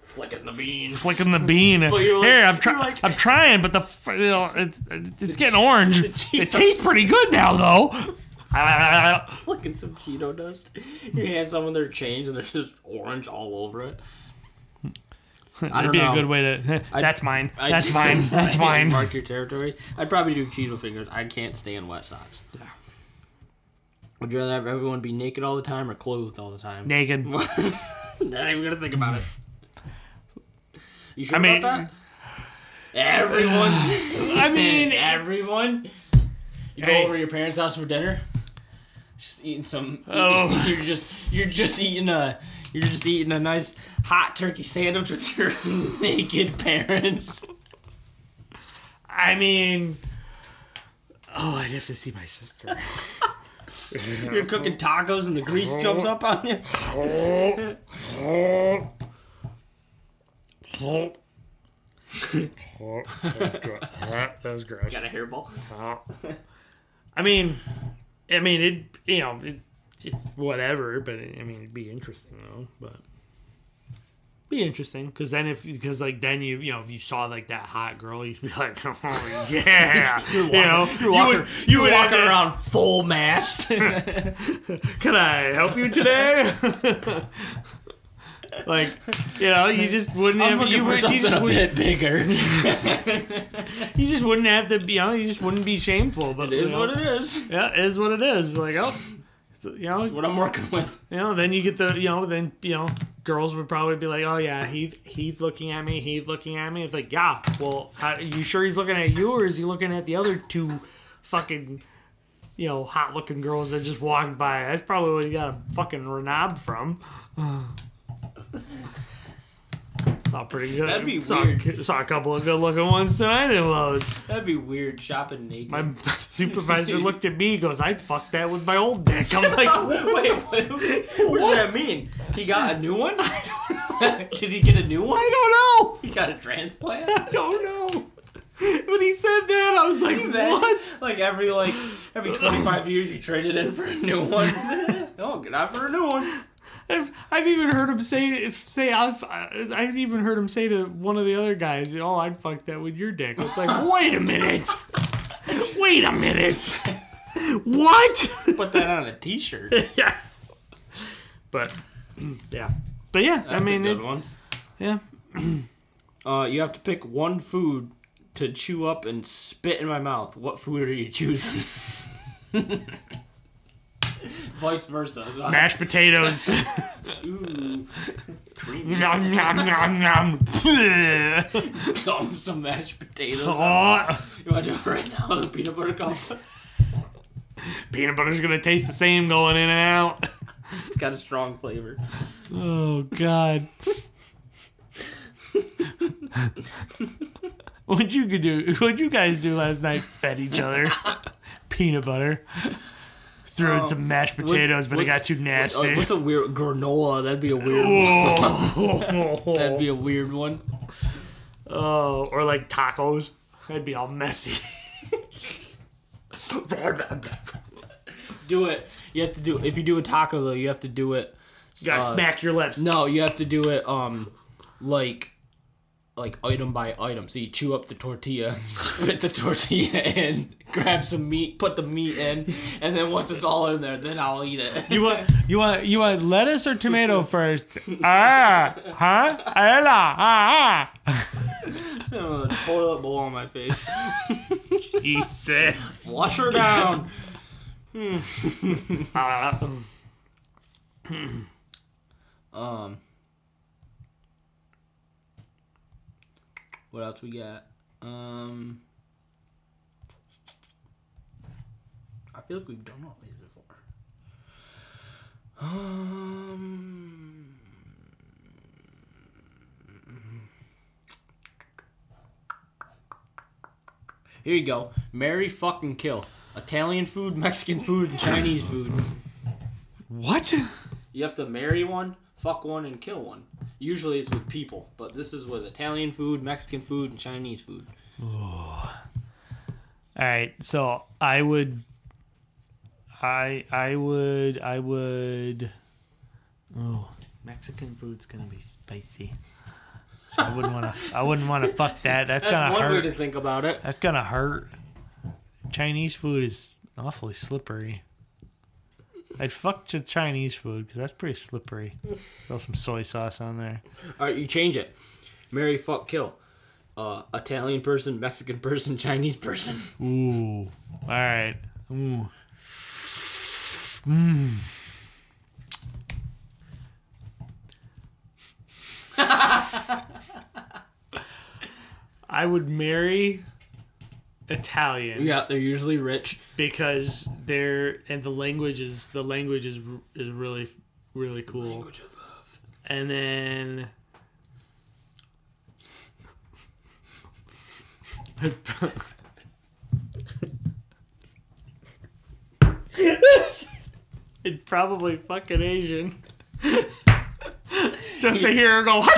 Speaker 2: Flicking the bean. [LAUGHS]
Speaker 3: flicking the bean.
Speaker 2: you're like-
Speaker 3: Here, I'm
Speaker 2: you're
Speaker 3: trying.
Speaker 2: like-
Speaker 3: I'm trying, but the f- you know, it's it's getting orange.
Speaker 2: cheese-
Speaker 3: It tastes pretty good now, though.
Speaker 2: Flicking some Cheeto dust. You hand someone their change and there's just orange all over it. I
Speaker 3: That'd
Speaker 2: don't
Speaker 3: be
Speaker 2: know.
Speaker 3: a good way to. [LAUGHS] that's mine.
Speaker 2: I-
Speaker 3: that's
Speaker 2: [LAUGHS]
Speaker 3: mine. That's
Speaker 2: I
Speaker 3: mine.
Speaker 2: Mark your territory. I'd probably do Cheeto fingers. I can't stand wet socks. Would you rather have everyone be naked all the time or clothed all the time?
Speaker 3: Naked.
Speaker 2: Not even gonna think about it. You sure
Speaker 3: I mean-
Speaker 2: about that? Everyone.
Speaker 3: I mean,
Speaker 2: [LAUGHS] everyone. You
Speaker 3: Hey.
Speaker 2: go over to your parents' house for dinner. Just eating some.
Speaker 3: Oh.
Speaker 2: [LAUGHS] You're just you're just eating a you're just eating a nice hot turkey sandwich with your [LAUGHS] naked parents.
Speaker 3: I mean. Oh, I'd have to see my [LAUGHS] sister.
Speaker 2: You're cooking tacos and the grease jumps up on you.
Speaker 3: that, was gross. [LAUGHS] that was gross.
Speaker 2: Got a hairball.
Speaker 3: [LAUGHS] I mean, I mean it. You know, it, it's whatever. But I mean, it'd be interesting though. But be interesting because then if because like then you you know if you saw like that hot girl, you'd be like, [LAUGHS] oh yeah, you know,
Speaker 2: [LAUGHS] You're walking,
Speaker 3: you would, you would
Speaker 2: walking
Speaker 3: have to-
Speaker 2: around full
Speaker 3: [LAUGHS]
Speaker 2: mast.
Speaker 3: Can I help you today? [LAUGHS] like, you know, you just wouldn't
Speaker 2: I'm
Speaker 3: have
Speaker 2: looking
Speaker 3: you,
Speaker 2: for
Speaker 3: would, you
Speaker 2: something
Speaker 3: just
Speaker 2: a
Speaker 3: would, [LAUGHS]
Speaker 2: bit bigger.
Speaker 3: you just wouldn't have to be you know you just wouldn't be shameful. But
Speaker 2: It is
Speaker 3: you know,
Speaker 2: what it is.
Speaker 3: yeah, it is what it is. Like oh. it's, You know,
Speaker 2: What I'm working with.
Speaker 3: You know, then you get the you know, then you know, girls would probably be like, "Oh yeah, he's he's looking at me, he's looking at me." It's like, yeah, well, how, you sure he's looking at you, or is he looking at the other two, fucking, you know, hot looking girls that just walked by? That's probably what he got a fucking knob from. [SIGHS] Saw pretty good.
Speaker 2: That'd be
Speaker 3: saw,
Speaker 2: weird.
Speaker 3: Saw a couple of good looking ones tonight in Lowe's.
Speaker 2: That'd be weird shopping naked.
Speaker 3: My [LAUGHS] supervisor looked at me, goes, "I'd fuck that with my old dick." I'm
Speaker 2: [LAUGHS]
Speaker 3: like,
Speaker 2: [LAUGHS] wait, wait, what does that mean? He got a new one? [LAUGHS] Did he get a new one?
Speaker 3: I don't know.
Speaker 2: He got a transplant?
Speaker 3: don't know. When he said that, I was like,
Speaker 2: What? Like every like every 25 years you trade it in for a new one. [LAUGHS] oh, good out for a new one.
Speaker 3: I've, I've even heard him say, if, say I've, I've even heard him say to one of the other guys, oh, I'd fuck that with your dick. It's like, wait a minute. Wait a minute. What?
Speaker 2: Put that on a
Speaker 3: [LAUGHS]
Speaker 2: T-shirt.
Speaker 3: yeah. But, yeah. But yeah, I mean, it's,
Speaker 2: one.
Speaker 3: yeah.
Speaker 2: Uh, you have to pick one food to chew up and spit in my mouth. What food are you choosing? [LAUGHS] Vice versa. So I-
Speaker 3: Mashed potatoes. [LAUGHS]
Speaker 2: Ooh, creamy
Speaker 3: nom, nom, nom, nom. [LAUGHS]
Speaker 2: gum, some
Speaker 3: [LAUGHS]
Speaker 2: mashed potatoes.
Speaker 3: oh,
Speaker 2: You want to do it right now with a peanut
Speaker 3: [LAUGHS]
Speaker 2: butter cup?
Speaker 3: peanut butter's going to taste the same going in and out.
Speaker 2: It's got a strong flavor.
Speaker 3: Oh God. what'd you do? What'd you guys do last night? Fed each other peanut butter. Threw in some mashed potatoes, but it got
Speaker 2: Oh, what's-
Speaker 3: too
Speaker 2: Uh,
Speaker 3: nasty.
Speaker 2: what's a weird granola? That'd be a weird. one. [LAUGHS]
Speaker 3: [LAUGHS]
Speaker 2: That'd be a weird one.
Speaker 3: oh, or like tacos. That'd be all messy.
Speaker 2: do it. You have to do. If you do a taco though, you have to do it
Speaker 3: You gotta
Speaker 2: Uh,
Speaker 3: smack your lips.
Speaker 2: No, you have to do it um like like item by item. So you chew up the tortilla, [LAUGHS] spit the tortilla in, [LAUGHS] grab some meat, put the meat in, and then once it's all in there, then I'll eat it.
Speaker 3: You
Speaker 2: [LAUGHS]
Speaker 3: want
Speaker 4: You want you want lettuce or tomato first? Ah, huh? Ella, ah, ah.
Speaker 2: a Oh, toilet bowl on
Speaker 3: [LAUGHS]
Speaker 2: my face.
Speaker 3: Jesus.
Speaker 2: Wash her down.
Speaker 3: "Ah."
Speaker 2: Um What else we got? Um I feel like we've done all these before. Um Here you go. Marry fucking kill. Italian food, Mexican food, and Chinese food.
Speaker 4: What?
Speaker 2: You have to marry one, fuck one, and kill one. Usually it's with people, but this is with Italian food, Mexican food, and Chinese food.
Speaker 3: All right, so I would, I I would I would. Oh, Mexican food's gonna be spicy. So I wouldn't want to. I wouldn't want to fuck that. That's,
Speaker 2: That's
Speaker 3: gonna
Speaker 2: one way
Speaker 3: hurt.
Speaker 2: to think
Speaker 3: [LAUGHS]
Speaker 2: about it.
Speaker 3: That's gonna hurt. Chinese food is awfully slippery. I'd fuck the Chinese food because that's pretty slippery. Throw some soy sauce on there.
Speaker 2: All right, you change it. Marry, fuck, kill. Uh, Italian person, Mexican person, [LAUGHS] Chinese person.
Speaker 3: Ooh. All right. Ooh. Mm. [LAUGHS] I would marry Italian
Speaker 2: Yeah, they're usually rich.
Speaker 3: because they're and the language is the language is is really really cool. And then [LAUGHS] It'd probably fucking Asian. [LAUGHS] Just to hear her go,
Speaker 2: Why?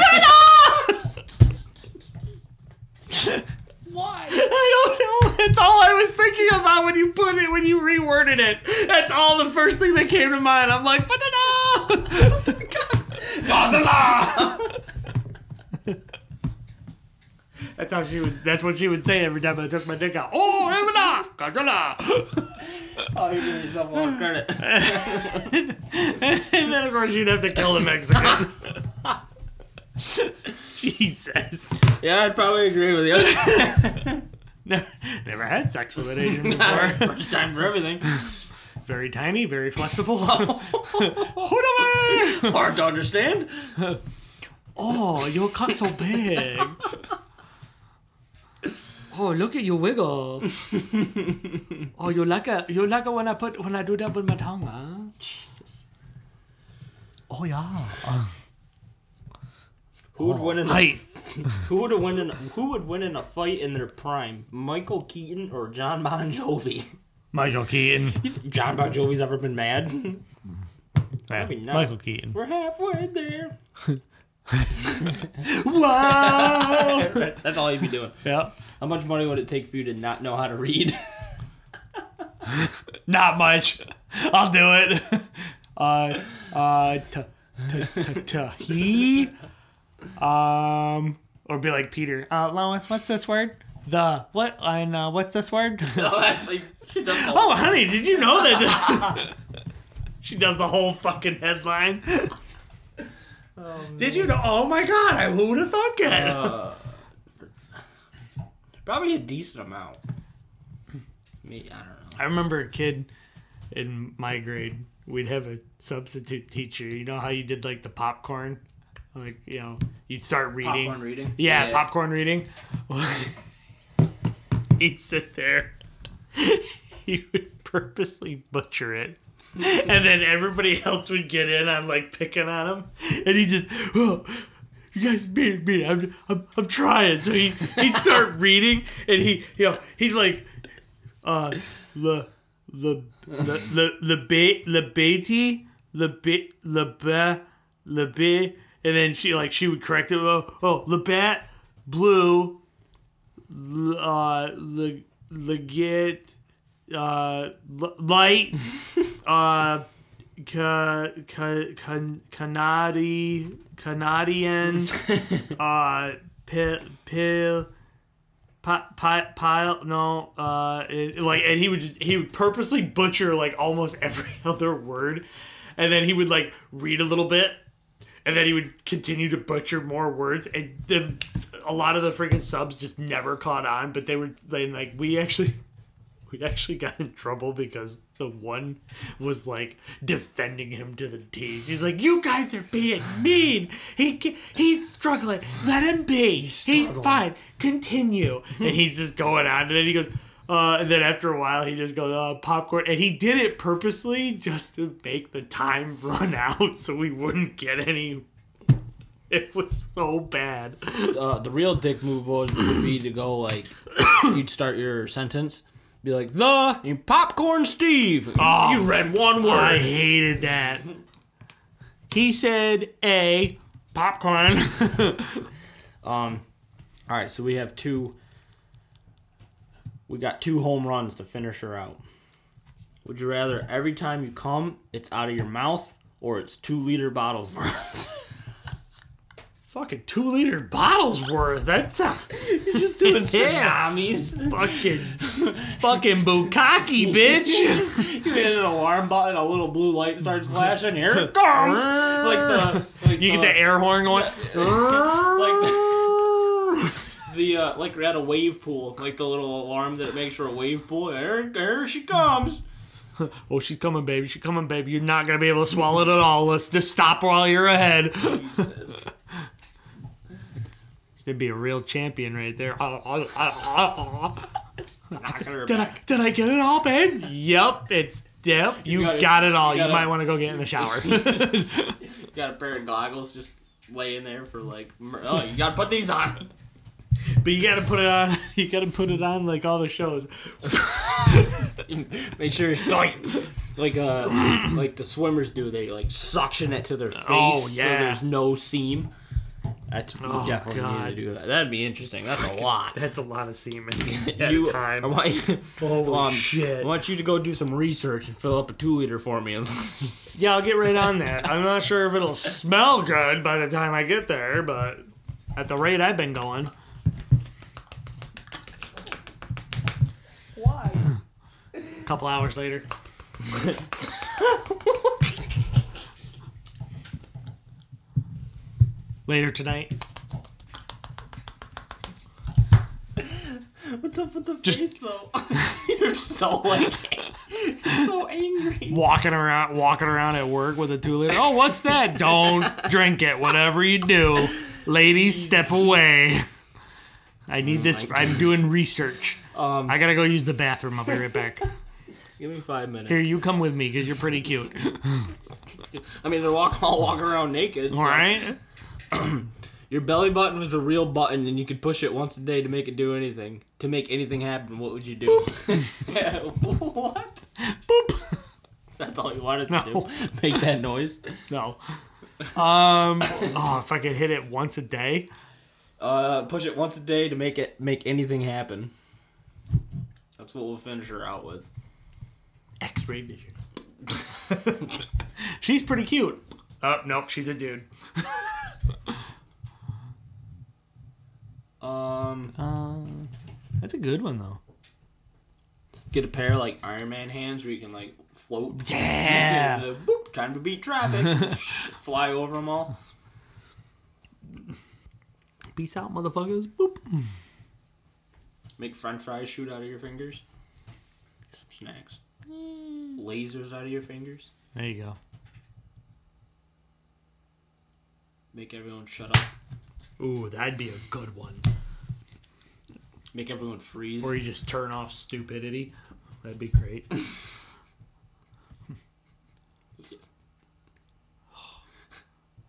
Speaker 3: I don't know. That's all I was thinking about when you put it, when you reworded it. That's all the first thing that came to mind. I'm like, but [LAUGHS] That's how she would. That's what she would say every time I took my dick out. Oh, Ramana, Gagala.
Speaker 2: Oh, you're giving yourself a lot of credit.
Speaker 3: [LAUGHS] And then of course you'd have to kill the Mexican. [LAUGHS] Jesus.
Speaker 2: [LAUGHS]
Speaker 3: [LAUGHS]
Speaker 2: yeah, I'd probably agree with you.
Speaker 3: Ne- Never had sex with an Asian
Speaker 2: [LAUGHS]
Speaker 3: before.
Speaker 2: First time for
Speaker 3: [LAUGHS]
Speaker 2: everything. [LAUGHS]
Speaker 3: very tiny, very flexible. [LAUGHS] Hootamai!
Speaker 2: Hard to understand.
Speaker 3: Oh, your cock's so big. Oh, look at you wiggle. oh, you like it. You like it when I put when I do that with my tongue, huh? Jesus. Oh yeah.
Speaker 2: Who
Speaker 3: Oh,
Speaker 2: would win in a,
Speaker 3: Height.
Speaker 2: who would win in who would win in a fight in their prime? Michael Keaton or John Bon Jovi? [LAUGHS]
Speaker 3: Michael Keaton.
Speaker 2: You think John Bon Jovi's ever been mad? [LAUGHS] be nice.
Speaker 3: Michael Keaton.
Speaker 2: We're halfway there.
Speaker 3: Wow.
Speaker 2: That's all you'd be doing.
Speaker 3: yeah.
Speaker 2: How much money would it take for you to not know how to read? [LAUGHS]
Speaker 3: Not much. I'll do it. [LAUGHS] Uh, uh, t- t- t- t- he, um, or be like Peter. Uh, Lois, what's this word? The what? And uh, what's this word? [LAUGHS]
Speaker 2: oh, actually, she does [LAUGHS] all-
Speaker 3: oh, honey, did you know that? [LAUGHS] she does the whole fucking headline. did you know? Oh my god, I would have thunk it.
Speaker 2: Oh, Probably a decent amount. Me, I don't know.
Speaker 3: I remember a kid in my grade. We'd have a substitute teacher. You know how you did like the popcorn, like you know, you'd start reading.
Speaker 2: Popcorn reading.
Speaker 3: Yeah, popcorn reading. He'd sit there. he would purposely butcher it. and then everybody else would get in on like picking on him. And he just, oh, you guys beat me. I'm, I'm, I'm trying. So he, he'd start reading and he, you know, he'd like, uh, the, the, the, the, the, the, Beatty, the, Be- the, Be- the, Be- and then she, like, she would correct him. Oh, oh, the bat, blue, l- uh, the, the get, uh, l- light, uh, ca, ca, can, Canadi, Canadian uh, pill, pill pi, pi, pile no uh, it, like and he would just he would purposely butcher like almost every [LAUGHS] other word and then he would like read a little bit and then he would continue to butcher more words and the, a lot of the freaking subs just never caught on but they were then like we actually we actually got in trouble because the one was like defending him to the teeth. He's like, "You guys are being mean. He ca- he's struggling. Let him be. He's fine. Continue." And he's just going on. And then he goes, uh, and then after a while, he just goes, uh, "Popcorn." And he did it purposely just to make the time [LAUGHS] run out, so we wouldn't get any. It was so bad.
Speaker 2: uh, the real dick move would, would be to go like [COUGHS] you'd start your sentence, be like the and popcorn Steve. you read one word.
Speaker 3: Oh, I hated that. He said a popcorn. [LAUGHS]
Speaker 2: All right, so we have two. We got two home runs to finish her out. Would you rather every time you come, it's out of your mouth, or it's two liter bottles [LAUGHS] worth?
Speaker 3: fucking two liter bottles worth. That's a
Speaker 2: Just doing [LAUGHS]
Speaker 3: tsunamis. fucking fucking bukkake, bitch.
Speaker 2: You hit an alarm button, a little blue light starts flashing. Here it comes. Like [LAUGHS] the like
Speaker 3: You get
Speaker 2: the-
Speaker 3: the air horn going.
Speaker 2: Uh, [LAUGHS] like the uh, like we're at a wave pool, like the little alarm that it makes for a wave pool. There, there she comes.
Speaker 3: [LAUGHS] Oh, she's coming, baby. She's coming, baby. You're not gonna be able to swallow it at all. Let's just stop while you're ahead. [LAUGHS] There'd be a real champion right
Speaker 2: [LAUGHS]
Speaker 3: there. [LAUGHS]
Speaker 2: Knocking her
Speaker 3: Did I,
Speaker 2: back.
Speaker 3: did I get it all, babe? Yep, it's yep. You,
Speaker 2: got
Speaker 3: got,
Speaker 2: it.
Speaker 3: it all.
Speaker 2: You
Speaker 3: You,
Speaker 2: got
Speaker 3: might
Speaker 2: it.
Speaker 3: want to go get in the [LAUGHS] shower.
Speaker 2: Got a pair of goggles just laying there for like. mer- Oh, you gotta put these on.
Speaker 3: but you gotta put it on. [LAUGHS] You gotta put it on like all the shows.
Speaker 2: Make sure it's tight. Like uh,
Speaker 3: [CLEARS THROAT]
Speaker 2: like the swimmers do. They like suction it to their face.
Speaker 3: Oh, yeah.
Speaker 2: So there's no seam. That's we
Speaker 3: Oh,
Speaker 2: definitely
Speaker 3: God.
Speaker 2: need to do that. That'd be interesting. That's a
Speaker 3: [LAUGHS]
Speaker 2: lot.
Speaker 3: That's a lot of semen at
Speaker 2: you,
Speaker 3: a time.
Speaker 2: I want, you-
Speaker 3: Holy
Speaker 2: um, I
Speaker 3: shit!
Speaker 2: want you to go do some research and fill up a two liter for me. [LAUGHS]
Speaker 3: Yeah, I'll get right on that. I'm not sure if it'll smell good by the time I get there, but at the rate I've been going,
Speaker 2: Why?
Speaker 3: a couple hours later. later tonight.
Speaker 2: What's up with the
Speaker 3: Just-
Speaker 2: face though? [LAUGHS] You're so [LAUGHS] like so angry.
Speaker 3: walking around walking around at work with a two liter. Oh, what's that? Don't drink it. Whatever you do, ladies, step away. I need this. I'm doing research.
Speaker 2: Um,
Speaker 3: I gotta go use the bathroom. I'll be right back.
Speaker 2: Give me five minutes.
Speaker 3: Here, you come with me because you're pretty cute. [LAUGHS]
Speaker 2: I mean, they're walking all walking around naked. so-
Speaker 3: All right.
Speaker 2: Your belly button was a real button, and you could push it once a day to make it do anything. To make anything happen, what would you do? [LAUGHS] what?
Speaker 3: Boop.
Speaker 2: That's all you wanted to
Speaker 3: No.
Speaker 2: do. Make that noise.
Speaker 3: No. Um. Oh, if I could hit it once a day.
Speaker 2: Uh, push it once a day to make it make anything happen. That's what we'll finish her out with.
Speaker 3: X-ray vision. [LAUGHS] she's pretty cute. Oh nope, she's a dude.
Speaker 2: Um.
Speaker 3: Um. That's a good one though.
Speaker 2: get a pair of like Iron Man hands where you can like float.
Speaker 3: Yeah.
Speaker 2: The boop, [LAUGHS] time to
Speaker 3: [LAUGHS]
Speaker 2: beat traffic. Fly over them all.
Speaker 3: Peace out, motherfuckers. Boop.
Speaker 2: Make French fries shoot out of your fingers. Get some snacks. Lasers out of your fingers.
Speaker 3: There you go.
Speaker 2: Make everyone shut up.
Speaker 3: Ooh, that'd be a good one.
Speaker 2: Make everyone freeze.
Speaker 3: Or you just turn off stupidity. That'd be [LAUGHS] great.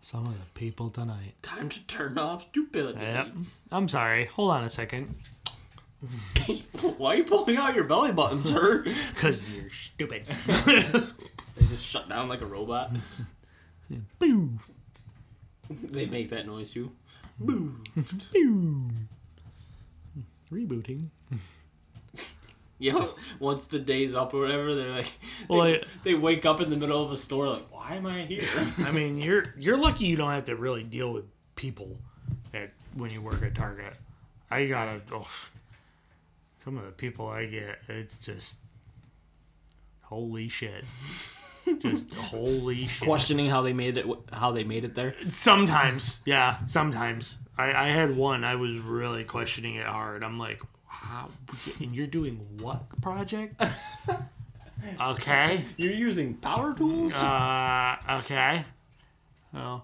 Speaker 3: Some of the people tonight.
Speaker 2: Time to turn off stupidity.
Speaker 3: Yep. I'm sorry. Hold on a second.
Speaker 2: [LAUGHS] Why are you pulling out your belly button, sir?
Speaker 3: Cause you're stupid. [LAUGHS]
Speaker 2: they just shut down like a robot.
Speaker 3: Boo.
Speaker 2: they make that noise too.
Speaker 3: Boo. Rebooting.
Speaker 2: you know, once the day's up or whatever, they're like,
Speaker 3: Well,
Speaker 2: they,
Speaker 3: I-
Speaker 2: they wake up in the middle of a store, like, why am I here?
Speaker 3: [LAUGHS] I mean, you're you're lucky you don't have to really deal with people at when you work at Target. I gotta. Oh, some of the people I get, it's just holy [LAUGHS] shit. Just holy shit.
Speaker 2: Questioning how they made it, how they made it there.
Speaker 3: Sometimes, yeah, sometimes. I, I had one. I was really questioning it hard. I'm like, wow, and you're doing what project? okay.
Speaker 2: You're using power tools.
Speaker 3: Uh, okay. Oh.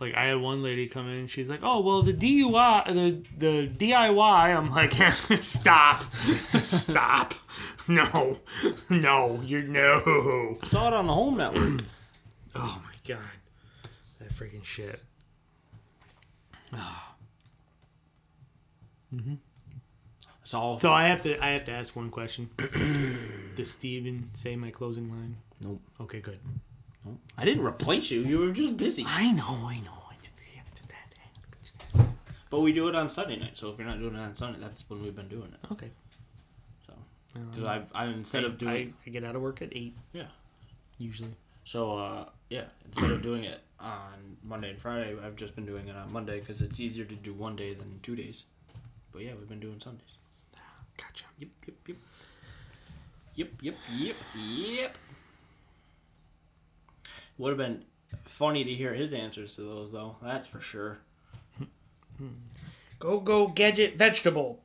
Speaker 3: Like I had one lady come in, she's like, "Oh well, the DUI, the the DIY." I'm like, [LAUGHS] "Stop, [LAUGHS] stop, no, no, you're no."
Speaker 2: Saw it on the home network.
Speaker 3: Oh my god, that freaking [SIGHS] shit. Mm-hmm.
Speaker 2: It's all
Speaker 3: So I have to I have to ask one question. [CLEARS THROAT] Does Steven say my closing line?
Speaker 2: Nope.
Speaker 3: Okay, good.
Speaker 2: I didn't replace you. You were just busy.
Speaker 3: I know, I know. I did, I did that.
Speaker 2: But we do it on Sunday night. So if you're not doing it on Sunday, that's when we've been doing it.
Speaker 3: Okay.
Speaker 2: So because I, I instead of
Speaker 3: I,
Speaker 2: doing
Speaker 3: I get out of work at eight
Speaker 2: yeah,
Speaker 3: usually.
Speaker 2: so uh, yeah, instead of doing it on Monday and Friday, I've just been doing it on Monday because it's easier to do one day than two days. But yeah, we've been doing Sundays.
Speaker 3: Gotcha.
Speaker 2: Yep, yep, yep. Yep, yep, yep, yep. Would have been funny to hear his answers to those, though. That's for sure.
Speaker 3: Go go gadget
Speaker 2: [LAUGHS]
Speaker 3: vegetable.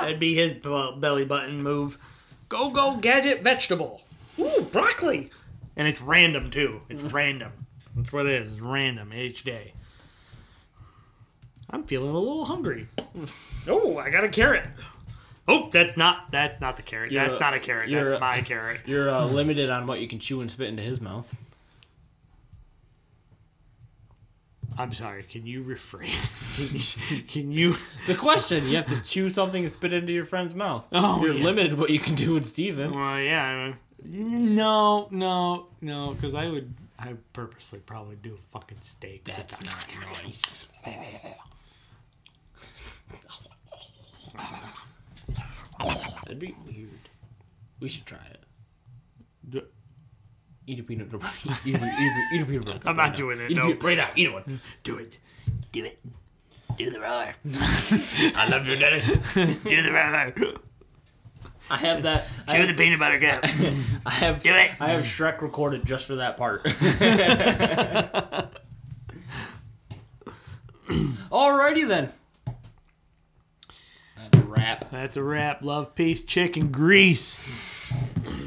Speaker 3: That'd be his b- belly button move. Go go gadget vegetable. Ooh, broccoli. And it's random too. It's
Speaker 2: Mm.
Speaker 3: random. That's what it is. It's random each day. I'm feeling a little
Speaker 2: [LAUGHS]
Speaker 3: hungry. Oh, I got a carrot. Oh, that's not that's not the carrot.
Speaker 2: You're
Speaker 3: that's
Speaker 2: a-
Speaker 3: not a carrot.
Speaker 2: you're
Speaker 3: That's
Speaker 2: a- [LAUGHS]
Speaker 3: my carrot.
Speaker 2: You're uh, limited on what you can chew and spit into his mouth.
Speaker 3: I'm sorry. Can you rephrase? Can you, can
Speaker 2: [LAUGHS]
Speaker 3: you
Speaker 2: The question you have to chew something and spit into your friend's mouth.
Speaker 3: Oh,
Speaker 2: you're
Speaker 3: yeah.
Speaker 2: limited what you can do with Steven.
Speaker 3: Well, yeah. I mean, no, no, no, because I would, I purposely probably do a fucking steak. just
Speaker 2: not nice. That'd be weird. We should try it.
Speaker 3: D-
Speaker 2: Eat a peanut butter. [LAUGHS] Eat, eat, eat, eat, eat a peanut butter.
Speaker 3: I'm
Speaker 2: right
Speaker 3: not doing
Speaker 2: now.
Speaker 3: it,
Speaker 2: Eat a
Speaker 3: no.
Speaker 2: peanut, right now. Eat one.
Speaker 3: do it.
Speaker 2: Do it. Do
Speaker 3: [LAUGHS]
Speaker 2: the roller. I love your daddy.
Speaker 3: Do the rather. Do
Speaker 2: I have that. I have,
Speaker 3: the peanut butter cup.
Speaker 2: I have.
Speaker 3: do it.
Speaker 2: I have Shrek recorded just for
Speaker 3: [LAUGHS]
Speaker 2: that part. Alrighty then. That's a wrap.
Speaker 3: That's a wrap. Love, peace, chicken grease.